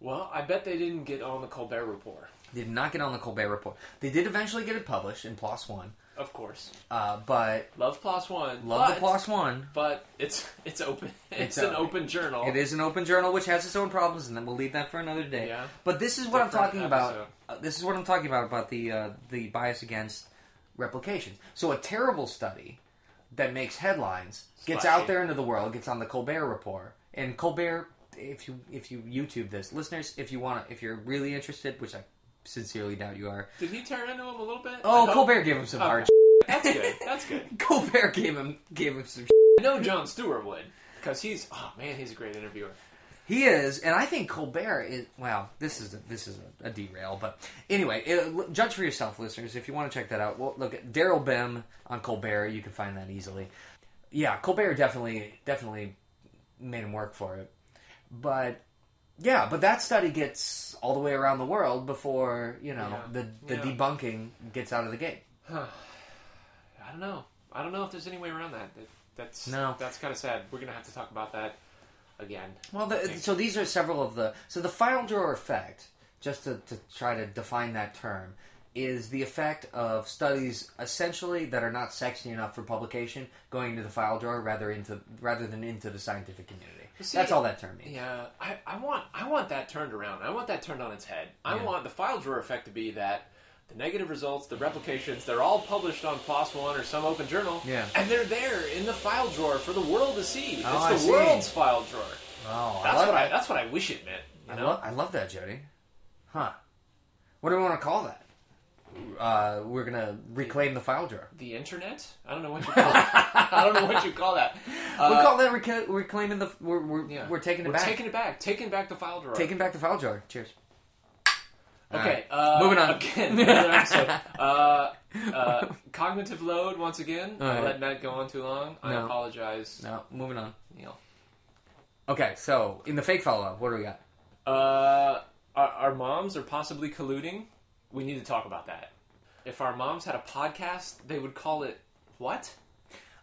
Well, I bet they didn't get on the Colbert Report. They did not get on the Colbert Report. They did eventually get it published in PLOS One. Of course, Uh, but love PLOS One. love but, the PLOS One. but it's it's open. It's, It's an a- open journal. It is an open journal, which has its own problems, and then we'll leave that for another day. Yeah. But this is what I'm Different talking episode. about. Uh, this is what I'm talking about about the uh, the bias against replications. So a terrible study that makes headlines gets Splashy. out there into the world, gets on the Colbert Report, and Colbert. If you if you YouTube this, listeners, if you want to, if you're really interested, which I sincerely doubt you are. Did he turn into him a little bit? Oh, No? Colbert gave him some Okay. hard. That's good. That's good. Colbert gave him gave him some I know John Stewart would, because he's oh man, he's a great interviewer. He is, and I think Colbert is. Well, this is a, this is a, a derail, but anyway, it, l- judge for yourself, listeners. If you want to check that out, well, look at Daryl Bem on Colbert. You can find that easily. Yeah, Colbert definitely definitely made him work for it, but yeah, but that study gets all the way around the world before you know Yeah. the the Yeah. debunking gets out of the gate. I don't know. I don't know if there's any way around that. That- that's No. That's kind of sad. We're gonna have to talk about that again. Well, the, so these are several of the so the file drawer effect. Just to, to try to define that term, is the effect of studies essentially that are not sexy enough for publication going into the file drawer rather into rather than into the scientific community. see- That's all that term means. Yeah, I, I want I want that turned around. I want that turned on its head. I Yeah. want the file drawer effect to be that the negative results, the replications, they're all published on PLOS One or some open journal. Yeah. And they're there in the file drawer for the world to see. Oh, I it's the see. world's file drawer. Oh, That's I love what I that. that's what I wish it meant. You I, know? lo- I love that, Jody. Huh. What do we want to call that? Uh, we're gonna reclaim the file drawer. the internet? I don't know what you call it. I don't know what you call that. Uh, we call that reca- reclaiming the. We're we're, yeah. we're taking it We're back. Taking it back. Taking back the file drawer. Taking back the file jar. Cheers. Okay, All uh, Moving on. Again, another episode. Uh, uh, cognitive load once again. All right. I let that go on too long. I No. apologize, No, moving on. Neil. Okay, so in the fake follow up, what do we got? Uh, our, our moms are possibly colluding. We need to talk about that. If our moms had a podcast, they would call it what?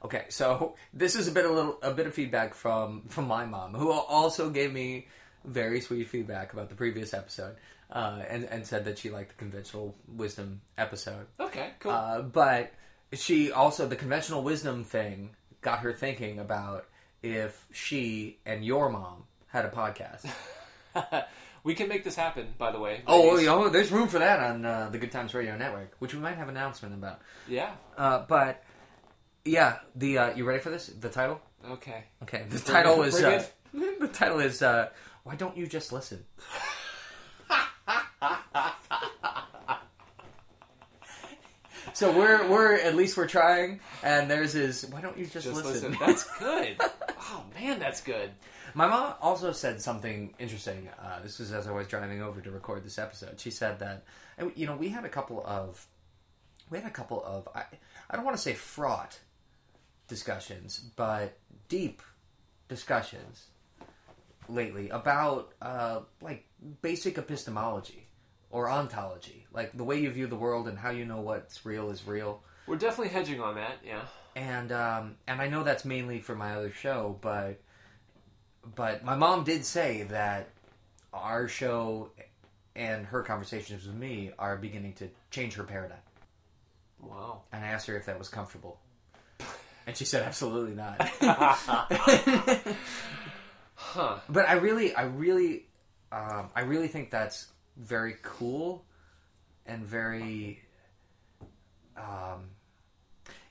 Okay, so this is a bit a little a bit of feedback from from my mom, who also gave me very sweet feedback about the previous episode, uh, and and said that she liked the conventional wisdom episode. Okay, cool. Uh, but she also the conventional wisdom thing got her thinking about if she and your mom had a podcast. we can make this happen. By the way. Uh, oh, ladies. you know, there's room for that on uh, the Good Times Radio Network, which we might have an announcement about. yeah. Uh, but yeah, the uh, you ready for this? The title? Okay. Okay. The title is Bring uh, the title is uh, why don't you just listen? so we're we're at least we're trying, and theirs is why don't you just, Just listen? listen. That's good. oh man, that's good. My mom also said something interesting. Uh, this was as I was driving over to record this episode. She said that, and, you know, we had a couple of, we had a couple of, I, I don't want to say fraught discussions, but deep discussions lately about uh, like basic epistemology or ontology, like the way you view the world and how you know what's real is real We're definitely hedging on that. Yeah. and um, and I know that's mainly for my other show, but but my mom did say that our show and her conversations with me are beginning to change her paradigm. Wow. And I asked her if that was comfortable, and she said absolutely not. Huh. But I really, I really, um, I really think that's very cool and very. Um,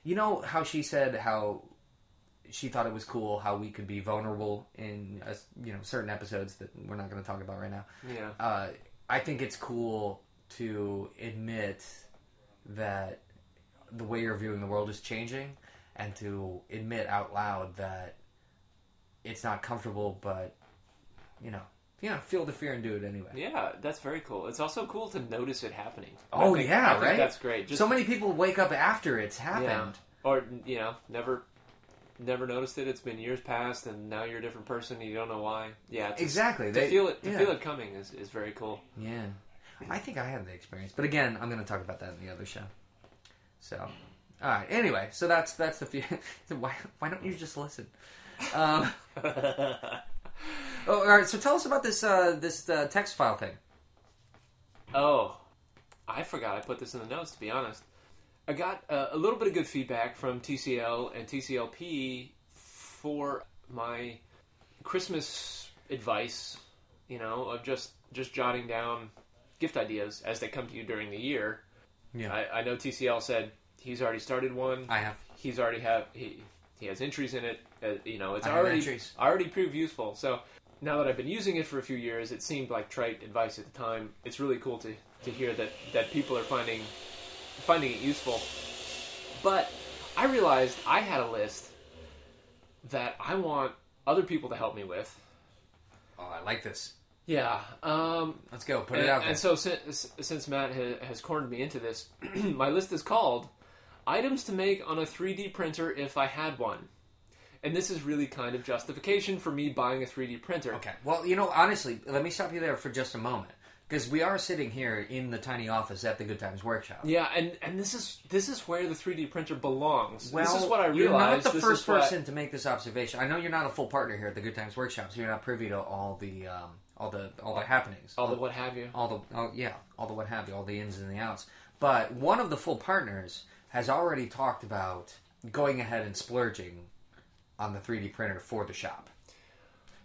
you know how she said how she thought it was cool how we could be vulnerable in uh, you know certain episodes that we're not going to talk about right now. Yeah. Uh, I think it's cool to admit that the way you're viewing the world is changing, and to admit out loud that it's not comfortable, but you know, you know, feel the fear and do it anyway. Yeah, that's very cool. It's also cool to notice it happening. I Oh think- yeah, I think right. That's great. Just so many people wake up after it's happened. yeah. or you know, never, never noticed it. It's been years past, and now you're a different person. And you don't know why. Yeah, it's- Exactly. To they feel it, to yeah. feel it coming is, is very cool. Yeah. I think I had the experience, but again, I'm going to talk about that in the other show. So, all right. Anyway, so that's that's the few. so why why don't you just listen? Um, oh, all right. So tell us about this uh, this uh, text file thing. Oh, I forgot I put this in the notes. To be honest, I got uh, a little bit of good feedback from TCL and TCLP for my Christmas advice. You know, of just just jotting down gift ideas as they come to you during the year. Yeah. I, I know TCL said he's already started one. I have. he's already have he he has entries in it. Uh, you know, it's I have already entries. already proved useful. So now that I've been using it for a few years, it seemed like trite advice at the time. It's really cool to to hear that that people are finding finding it useful. But I realized I had a list that I want other people to help me with. Oh, I like this. Yeah. Um, Let's go. Put and, it out there. and so since, since Matt ha- has cornered me into this, my list is called "Items to Make on a 3D Printer If I Had One," and this is really kind of justification for me buying a 3D printer. Okay. Well, you know, honestly, let me stop you there for just a moment because we are sitting here in the tiny office at the Good Times Workshop. Yeah, and, and this is this is where the 3D printer belongs. Well, this is what I realized. You're not the This is first what- person to make this observation. I know you're not a full partner here at the Good Times Workshop, so you're not privy to all the um, all the all the happenings, all the what have you. all the oh, yeah, all the what have you, all the ins and the outs. But one of the full partners has already talked about going ahead and splurging on the 3D printer for the shop.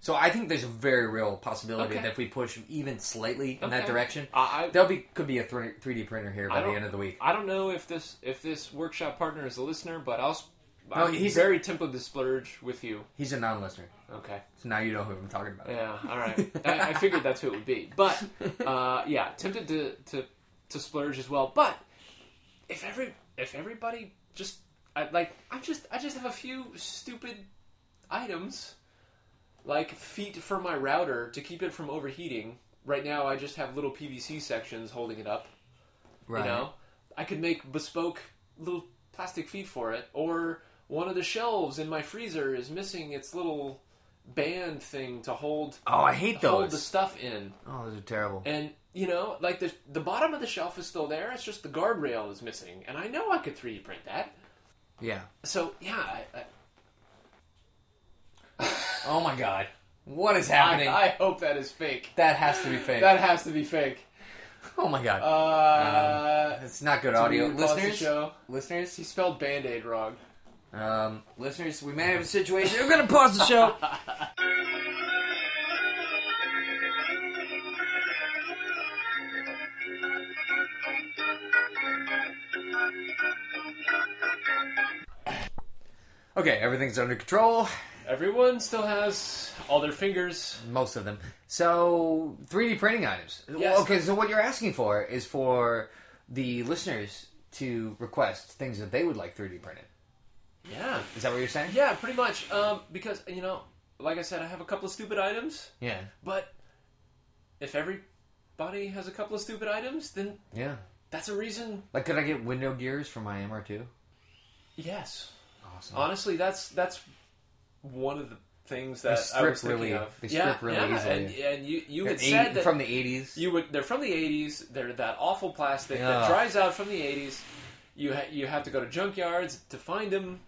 So I think there's a very real possibility Okay. that if we push even slightly in that Okay. direction, I, I, there'll be could be a three D printer here by I the don't- end of the week. I don't know if this if this workshop partner is a listener, but I'll. sp- No, I'm he's- very tempted to splurge with you. He's a non-listener, Okay. so now you know who I'm talking about. Yeah. All right. I, I figured that's who it would be, but uh, yeah, tempted to, to to splurge as well. But if every if everybody just I, like I'm just I just have a few stupid items like feet for my router to keep it from overheating. Right now, I just have little PVC sections holding it up. right. You know, I could make bespoke little plastic feet for it, or one of the shelves in my freezer is missing its little band thing to hold Oh, I hate hold those. the stuff in. oh, those are terrible. And you know, like the the bottom of the shelf is still there. It's just the guardrail is missing, and I know I could 3D print that. Yeah. So yeah, I, I, Oh my god, what is I, happening? I hope that is fake. that has to be fake. That has to be fake. oh my god, Uh, it's not good do we audio. pause the Listeners, show? listeners, He spelled Band Aid wrong. um, listeners, we may have a situation. We're gonna pause the show. Okay, everything's under control. Everyone still has all their fingers. Most of them. So, 3D printing items. Yes. Okay, so what you're asking for is for the listeners to request things that they would like 3D printed. Yeah. Is that what you're saying? Yeah, pretty much. Um, because you know, like I said, I have a couple of stupid items, Yeah. but if everybody has a couple of stupid items, then Yeah. that's a reason. Like, could I get window gears for my MR2? Yes, Awesome. honestly, that's that's one of the things that strip I was thinking really- of. they yeah, strip really yeah, easily. And, and you you They're had said eight- that from the 80s. you would they're from the '80s. They're that awful plastic Yeah. that dries out from the '80s. You ha- you have to go to junkyards to find them.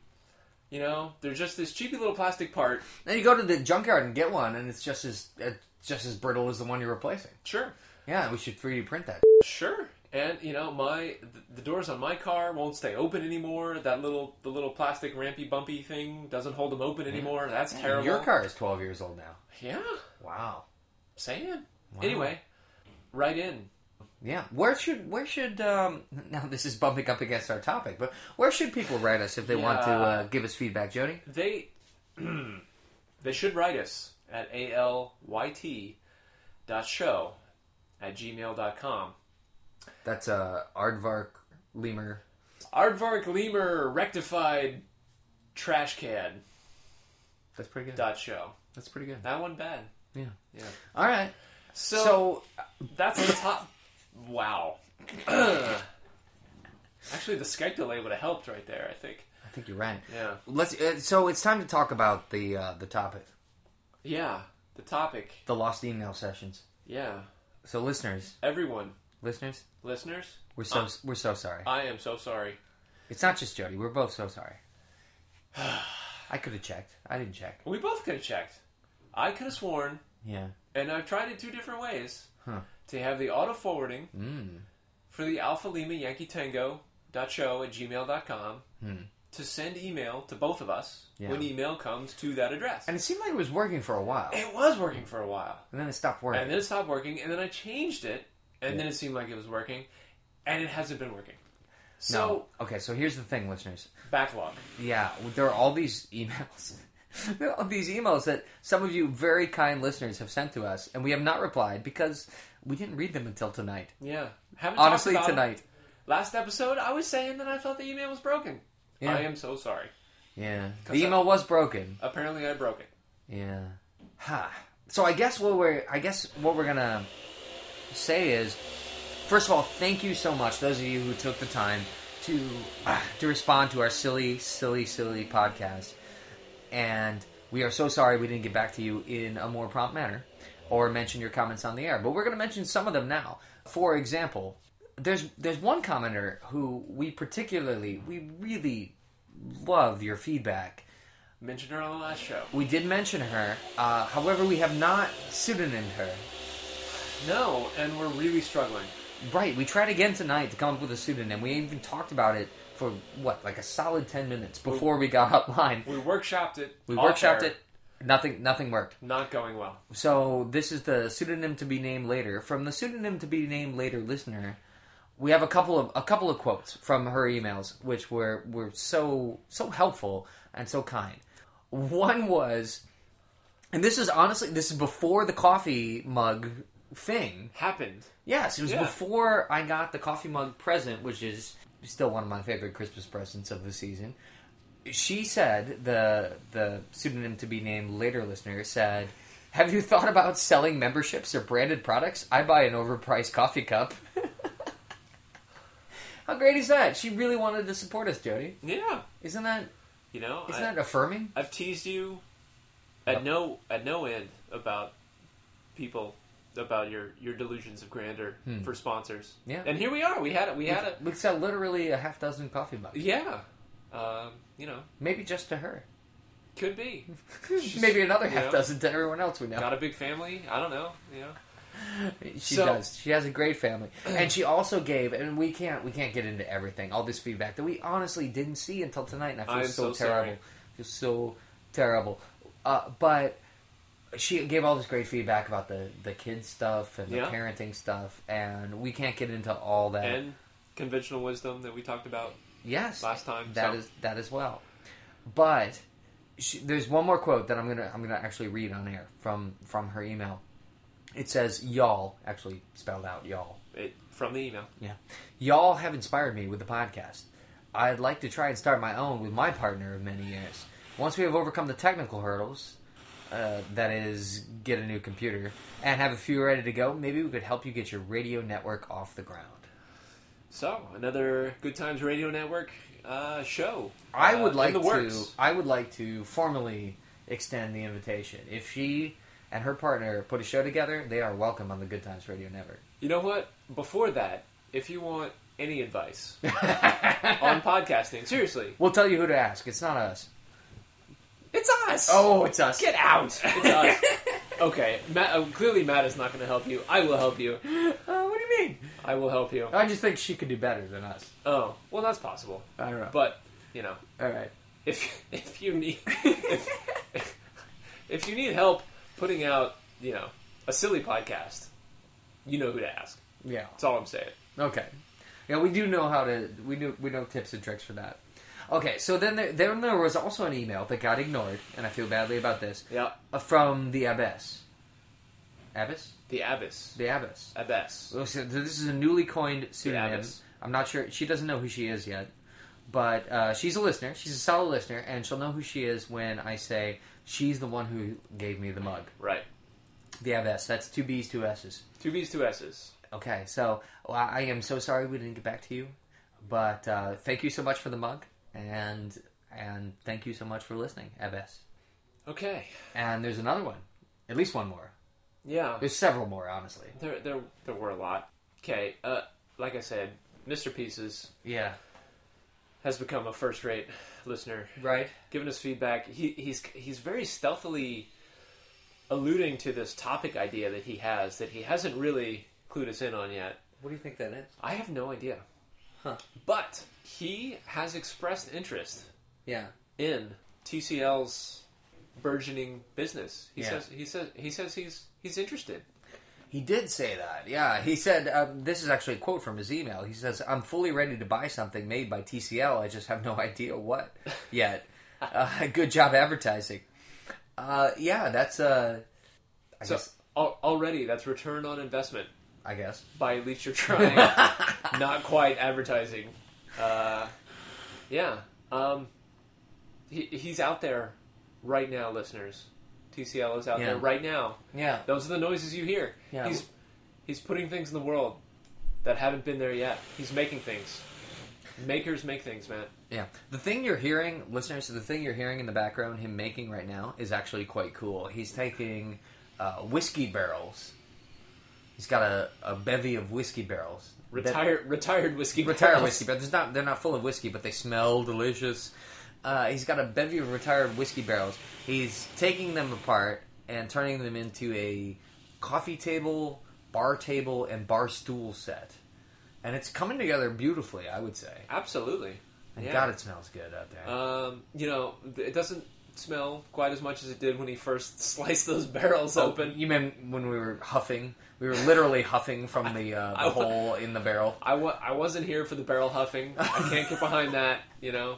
You know, they're just this cheapy little plastic part. then you go to the junkyard and get one, and it's just as it's just as brittle as the one you're replacing. Sure. Yeah, we should 3D print that. Sure. And you know, my th- the doors on my car won't stay open anymore. That little the little plastic rampy bumpy thing doesn't hold them open anymore. That's terrible. Your car is 12 years old now. Yeah. Wow. Saying. Anyway, right in. Yeah, where should where should um, now this is bumping up against our topic, but where should people write us if they want to Yeah. uh, give us feedback, Jody? They they should write us at a l y t dot show at gmail dot com. That's uh, Aardvark Lemur. Aardvark Lemur rectified trash can That's pretty good. dot show. That's pretty good. That one bad. Yeah. Yeah. All right. So, That's the top. wow. Actually, the Skype delay would have helped right there. I think. I think you're right. Yeah. Let's. Uh, so it's time to talk about the uh, the topic, Yeah. The topic. the lost email sessions. Yeah. So listeners, Everyone, listeners, listeners, we're so we're so sorry. I am so sorry. It's not just Jody. We're both so sorry. I could have checked. I didn't check. We both could have checked. I could have sworn, Yeah. and I've tried it two different ways Huh. to have the auto forwarding Mm. for the Alpha Lima Yankee Tango dot show at gmail.com Hmm. to send email to both of us Yeah. when email comes to that address. And it seemed like it was working for a while, it was working for a while. and then it stopped working. and then it stopped working, and then I changed it, and then it seemed like it was working, and it hasn't been working. So no. okay, so here's the thing, listeners. backlog. Yeah, there are all these emails. there are all these emails that some of you very kind listeners have sent to us, and we have not replied because we didn't read them until tonight. Yeah, haven't talked Honestly, about it. tonight. Last episode, I was saying that I thought the email was broken. Yeah. I am so sorry. Yeah, the 'Cause I- email was broken. Apparently, I broke it. Yeah. Ha. So I guess what we're I guess what we're gonna say is, first of all, thank you so much, those of you who took the time to ah, to respond to our silly, silly, silly podcast, and we are so sorry we didn't get back to you in a more prompt manner or mention your comments on the air. But we're gonna mention some of them now. For example, there's there's one commenter who we particularly we really love your feedback Mentioned her on the last show. we did mention her. Uh, however, we have not pseudonymed her. No, and we're really struggling. Right, we tried again tonight to come up with a pseudonym. We even talked about it for what, like a solid ten minutes before we got online. We workshopped it. We off workshopped air. it. Nothing, nothing worked. Not going well. So this is the pseudonym to be named later. From the pseudonym to be named later listener, we have a couple of a couple of quotes from her emails, which were were so so helpful and so kind. One was, and this is honestly this is before the coffee mug thing. Happened. Yes, it was Yeah. before I got the coffee mug present, which is still one of my favorite Christmas presents of the season. She said the the pseudonym to be named later listener said, "Have you thought about selling memberships or branded products? I buy an overpriced coffee cup." How great is that? She really wanted to support us, Jody. Yeah. Isn't that You know, isn't I, that affirming? I've teased you at no at no end about people about your your delusions of grandeur for sponsors. Hmm. Yeah. And here we are. We had it. We had it. We sell literally a half dozen coffee mugs, Yeah. Um, you know, maybe just to her, could be. maybe another you half know, dozen to everyone else we know. Got a big family. I don't know. You know. She So- does. She has a great family, and she also gave. And we can't we can't get into everything. All this feedback that we honestly didn't see until tonight, and I feel I am so so, sorry. terrible. I feel so terrible. Uh, but she gave all this great feedback about the the kids stuff and the Yeah. parenting stuff, and we can't get into all that. And conventional wisdom that we talked about yes, last time. that so. is that as well. But she, there's one more quote that I'm gonna I'm gonna actually read on air from from her email. It says y'all actually spelled out y'all. it, from the email. Yeah. Y'all have inspired me with the podcast. I'd like to try and start my own with my partner of many years. Once we have overcome the technical hurdles, uh, that is, get a new computer, and have a few ready to go, maybe we could help you get your radio network off the ground. So another Good Times Radio Network uh, show. I uh, would in like the to. works. I would like to formally extend the invitation. If she and her partner put a show together, they are welcome on the Good Times Radio Network. You know what? Before that, if you want any advice on podcasting, seriously, We'll tell you who to ask. It's not us. it's us. Oh, it's us. get out! It's us. okay, Matt, uh, clearly Matt is not going to help you. I will help you. Uh, what do you mean? I will help you. I just think she could do better than us. Oh, well, that's possible. I don't know. But you know, All right. if if you need if, if you need help putting out you know a silly podcast, you know who to ask. Yeah. That's all I'm saying. Okay. Yeah, we do know how to. We do. We know tips and tricks for that. Okay. So then, there, then there was also an email that got ignored, and I feel badly about this. Yeah, uh, From the abbess. Abbess. the abyss, The abbess. abyss. So this is a newly coined pseudonym. abbess. I'm not sure. She doesn't know who she is yet, but uh, she's a listener. She's a solid listener, and she'll know who she is when I say she's the one who gave me the mug. Right. The abbess. That's two B's, two S's. Two B's, two S's. Okay, so well, I am so sorry we didn't get back to you, but uh, thank you so much for the mug, and and thank you so much for listening, Abes. Okay. And there's another one, at least one more. Yeah. There's several more, honestly. There, there, there were a lot. Okay. Uh, like I said, Mr. Pieces Yeah. has become a first-rate listener, Right. giving us feedback. He, he's he's very stealthily alluding to this topic idea that he has that he hasn't really clued us in on yet. What do you think that is? I have no idea. Huh. But he has expressed interest Yeah. in TCL's burgeoning business. He Yeah. says he says he says he's he's interested. He did say that. Yeah. He said um, this is actually a quote from his email. He says, "I'm fully ready to buy something made by TCL. I just have no idea what yet." uh, good job advertising. Uh, yeah, that's uh, I So guess. al- already that's return on investment. I guess. by at least you're trying. Not quite advertising. Uh, yeah. Um, he, he's out there right now, listeners. TCL is out Yeah. there right now. Yeah. Those are the noises you hear. Yeah. He's he's putting things in the world that haven't been there yet. He's making things. Makers make things, man. Yeah. The thing you're hearing, listeners, the thing you're hearing in the background, him making right now, is actually quite cool. He's taking uh, whiskey barrels. He's got a, a bevy of whiskey barrels. Retired retired whiskey. That, retired barrels. whiskey barrels. There's not, they're not full of whiskey, but they smell delicious. Uh, he's got a bevy of retired whiskey barrels. He's taking them apart and turning them into a coffee table, bar table, and bar stool set. And it's coming together beautifully, I would say. Absolutely. And Yeah. Uh, God, it smells good out there. Um, you know, th- it doesn't smell quite as much as it did when he first sliced those barrels Oh. open. You mean when we were huffing? We were literally huffing from the, uh, the I wa- hole in the barrel. I wa- I wasn't here for the barrel huffing. I can't get behind that, you know.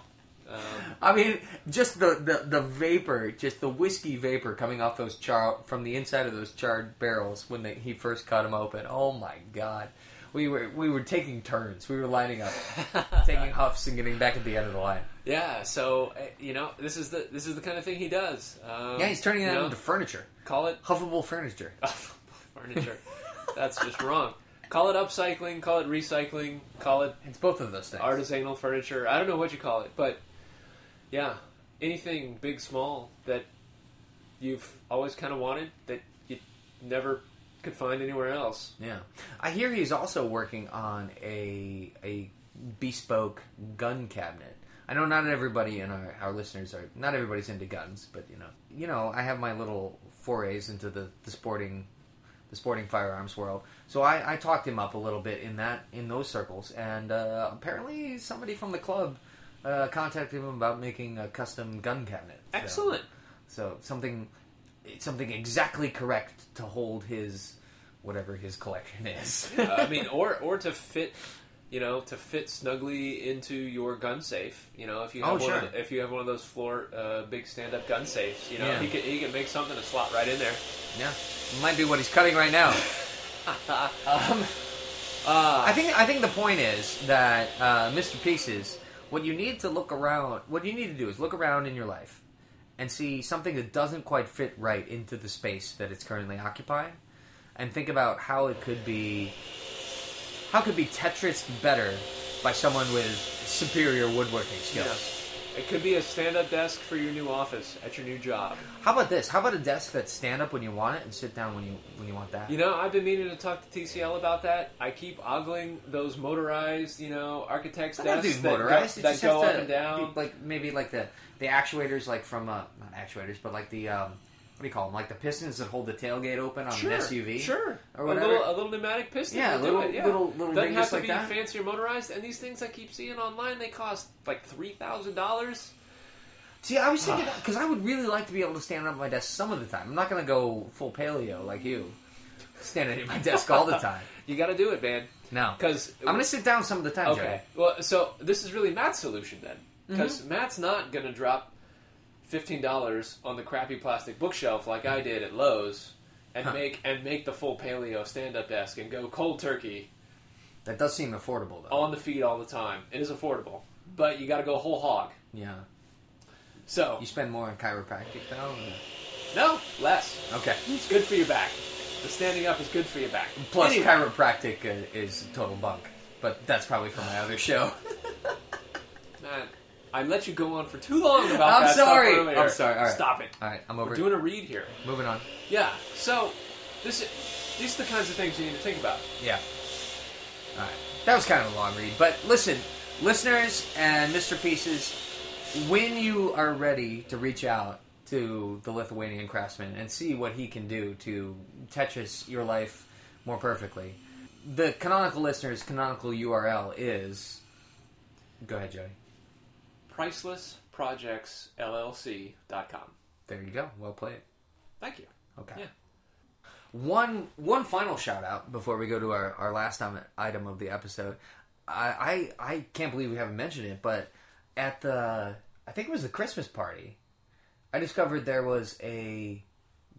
Um, I mean, just the, the, the vapor, just the whiskey vapor coming off those char from the inside of those charred barrels when they, he first cut them open. Oh my god, we were we were taking turns. We were lining up, taking huffs and getting back at the end of the line. yeah, so eh, you know, this is the this is the kind of thing he does. Um, Yeah, he's turning you that know, into furniture, call it Oh, huffable furniture. furniture. That's just wrong. Call it upcycling. Call it recycling. Call it It's both of those things. artisanal furniture. I don't know what you call it, but yeah, anything big, small that you've always kind of wanted that you never could find anywhere else. Yeah, I hear he's also working on a a bespoke gun cabinet. I know not everybody in our, our listeners are not everybody's into guns, but you know, you know, I have my little forays into the, the sporting the sporting firearms world. So I, I talked him up a little bit in that in those circles, and uh, apparently somebody from the club uh, contacted him about making a custom gun cabinet. So- Excellent. so something, something exactly correct to hold his whatever his collection is. Uh, I mean, or or to fit, you know, to fit snugly into your gun safe. You know, if you have Oh, one sure. of the, if you have one of those floor uh, big stand up gun safes, you know, Yeah. he could he could make something to slot right in there. yeah, might be what he's cutting right now. um, Uh, I think I think the point is that uh, Mr. Pieces, what you need to look around, what you need to do is look around in your life and see something that doesn't quite fit right into the space that it's currently occupying, and think about how it could be, how could be Tetris better by someone with superior woodworking skills. It could be a stand up desk for your new office at your new job. How about this? How about a desk that's stand up when you want it and sit down when you when you want that? You know, I've been meaning to talk to TCL about that. I keep ogling those motorized, you know, architects It's not desks dude that motorized. go, It that just go has up to and down. be, like maybe like the the actuators, like from uh, not actuators, but like the um, what do you call them? Like the pistons that hold the tailgate open on Sure, an SUV. sure. or a whatever. little, a little pneumatic piston. Yeah, will little- do it, yeah. little- little Doesn't have ringlets to like be that. fancy or motorized. And these things I keep seeing online, they cost like three thousand dollars. See, I was thinking because I would really like to be able to stand up at my desk some of the time. I'm not going to go full paleo like you, standing at my desk all the time. You got to do it, man. No, Because I'm going to sit down some of the time. Okay. Well, so this is really Matt's solution then, Mm-hmm. because Matt's not going to drop fifteen dollars on the crappy plastic bookshelf like I did at Lowe's, and Huh. make and make the full paleo stand up desk and go cold turkey Jared. That does seem affordable though. on the feet all the time. It is affordable, but you got to go whole hog. yeah, So you spend more on chiropractic though. no less. Okay. It's good for your back. The standing up is good for your back. Plus, Anyway. chiropractic uh, is total bunk, but that's probably for my other show. Matt, I let you go on for too long about I'm that stuff sorry. earlier. I'm sorry. All right. Stop it. All right, I'm We're over. it. doing a read here. Moving on. Yeah. So this is, these are the kinds of things you need to think about. Yeah. All right. That was kind of a long read, but listen, listeners and Mr. Pieces, when you are ready to reach out to the Lithuanian craftsman and see what he can do to Tetris your life more perfectly, the canonical listeners' canonical URL is. Go ahead, Joey. PricelessProjectsLLC.com. There you go. Well played. Thank you. Okay. Yeah. One one final shout out before we go to our, our last time, item of the episode. I, I I can't believe we haven't mentioned it, but at the I think it was the Christmas party, I discovered there was a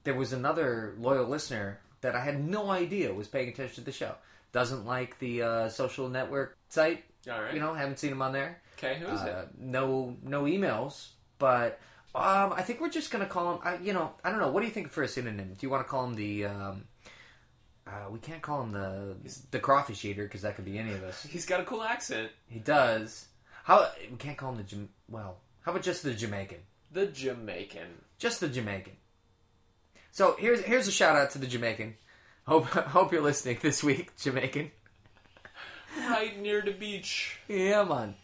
there was another loyal listener that I had no idea was paying attention to the show. Doesn't like the uh, social network site. All right. You know, haven't seen him on there. Okay, who is Uh, no, no emails, but um, I think we're just gonna call him. I, you know, I don't know. What do you think for a synonym? Do you want to call him the? Um, uh, we can't call him the the crawfish eater because that could be any of us. it? He's got a cool accent. He does. How we can't call him the Jam- well. How about just the Jamaican? The Jamaican. Just the Jamaican. So here's here's a shout out to the Jamaican. Hope hope you're listening this week, Jamaican. Right near the beach. Yeah, man.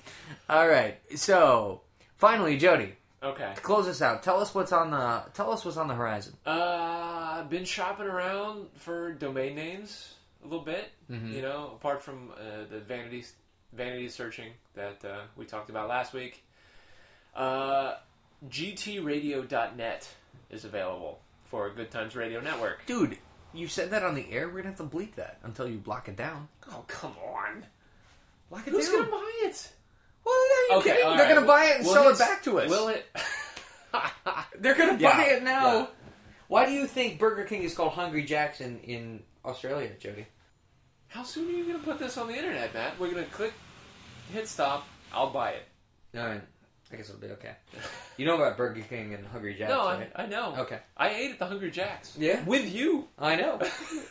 All right. So finally, Jody. Okay. close us out. Tell us what's on the tell us what's on the horizon. Uh, I've been shopping around for domain names a little bit. Mm-hmm. You know, apart from uh, the vanity vanity searching that uh, we talked about last week. Uh, GTRadio.net is available for Good Times Radio Network. Dude, you said that on the air. We're gonna have to bleep that until you block it down. Oh come on! Block it Who's down. gonna buy it? Well, are you Okay, kidding? all They're right. gonna buy it and Will sell it s- back to us. Will it? They're gonna Yeah, buy it now. yeah. Why do you think Burger King is called Hungry Jacks in, in Australia, Jody? How soon are you gonna put this on the internet, Matt? We're gonna click, hit stop. I'll buy it. No, I- Uh, I guess it'll be okay. You know about Burger King and Hungry Jacks, no, right? I, I know. Okay. I ate at the Hungry Jacks. Yeah. With you. I know.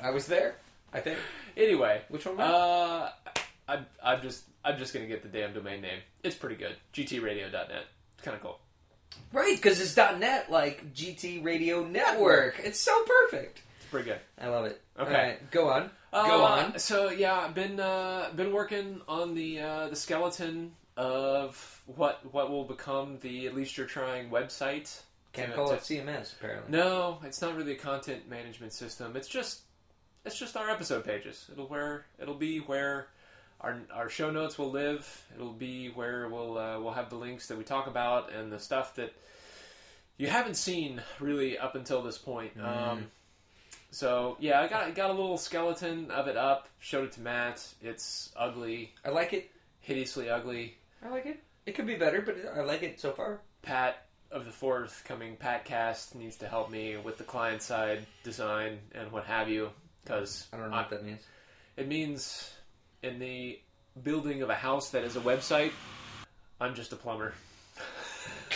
I was there. I think. Anyway, Which one? Was uh, I'm, I'm just I'm just gonna get the damn domain name. It's pretty good. GTRadio.net. It's kind of cool. right, because it's .net, like GT Radio Network. It's so perfect. It's pretty good. I love it. Okay. All right, go on. go Uh, on. So yeah, I've been uh, been working on the uh, the skeleton of what what will become the at least you're trying website. Can't To- call to- it CMS apparently. No, it's not really a content management system. It's just it's just our episode pages. It'll where it'll be where our our show notes will live. It'll be where we'll uh, we'll have the links that we talk about and the stuff that you haven't seen really up until this point. Um, so yeah, I got got a little skeleton of it up. Showed it to Matt. It's ugly, I like it. hideously ugly. I like it. It could be better, but I like it so far. Pat of the forthcoming Patcast needs to help me with the client side design and what have you, because I don't know what that means. it means in the building of a house that is a website, I'm just a plumber.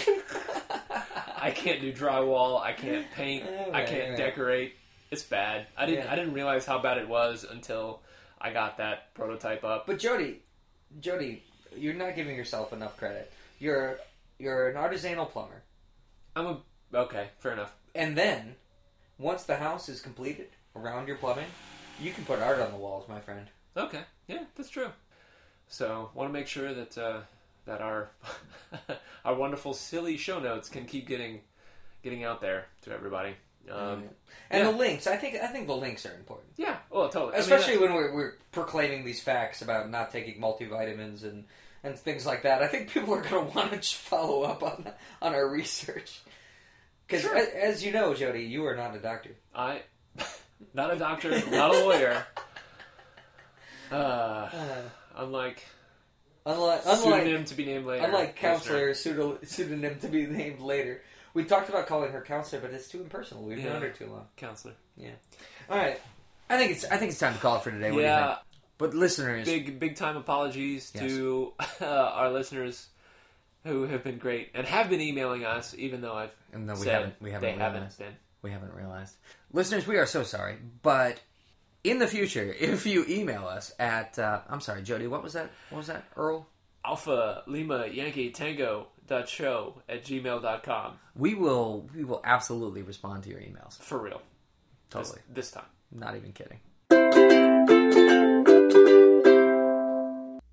I can't do drywall. I can't paint. Yeah, I right, can't right. decorate. It's bad. I didn't. Yeah. I didn't realize how bad it was until I got that prototype up. But Jody, Jody, you're not giving yourself enough credit. You're you're an artisanal plumber, I'm a okay. Fair enough. and then once the house is completed around your plumbing, you can put art on the walls, my friend. Okay, yeah, that's true. So, want to make sure that uh, that our our wonderful silly show notes can keep getting getting out there to everybody. Um, and yeah. the links, I think I think the links are important, yeah, well, totally. I mean, especially when we're, we're proclaiming these facts about not taking multivitamins and. And things like that. I think people are going to want to follow up on on our research because, Sure. as, as you know, Jody, you are not a doctor. I not a doctor, not a lawyer. Uh, unlike Unlike, unlike pseudonym to be named later. Unlike listener. counselor, pseudo, pseudonym to be named later. We talked about calling her counselor, but it's too impersonal. We've Yeah. known her too long. counselor. All right, I think it's I think it's time to call it for today. What do you Yeah, think? But listeners, big big time apologies Yes. to uh, our listeners who have been great and have been emailing us, even though I've and no, we said haven't we haven't they realized, haven't been. we haven't realized. Listeners, we are so sorry, but in the future, if you email us at uh, I'm sorry, Jody, what was that? What was that, Earl? alpha lima yankee tango dot show at gmail.com We will we will absolutely respond to your emails. for real Totally, this, this time not even kidding.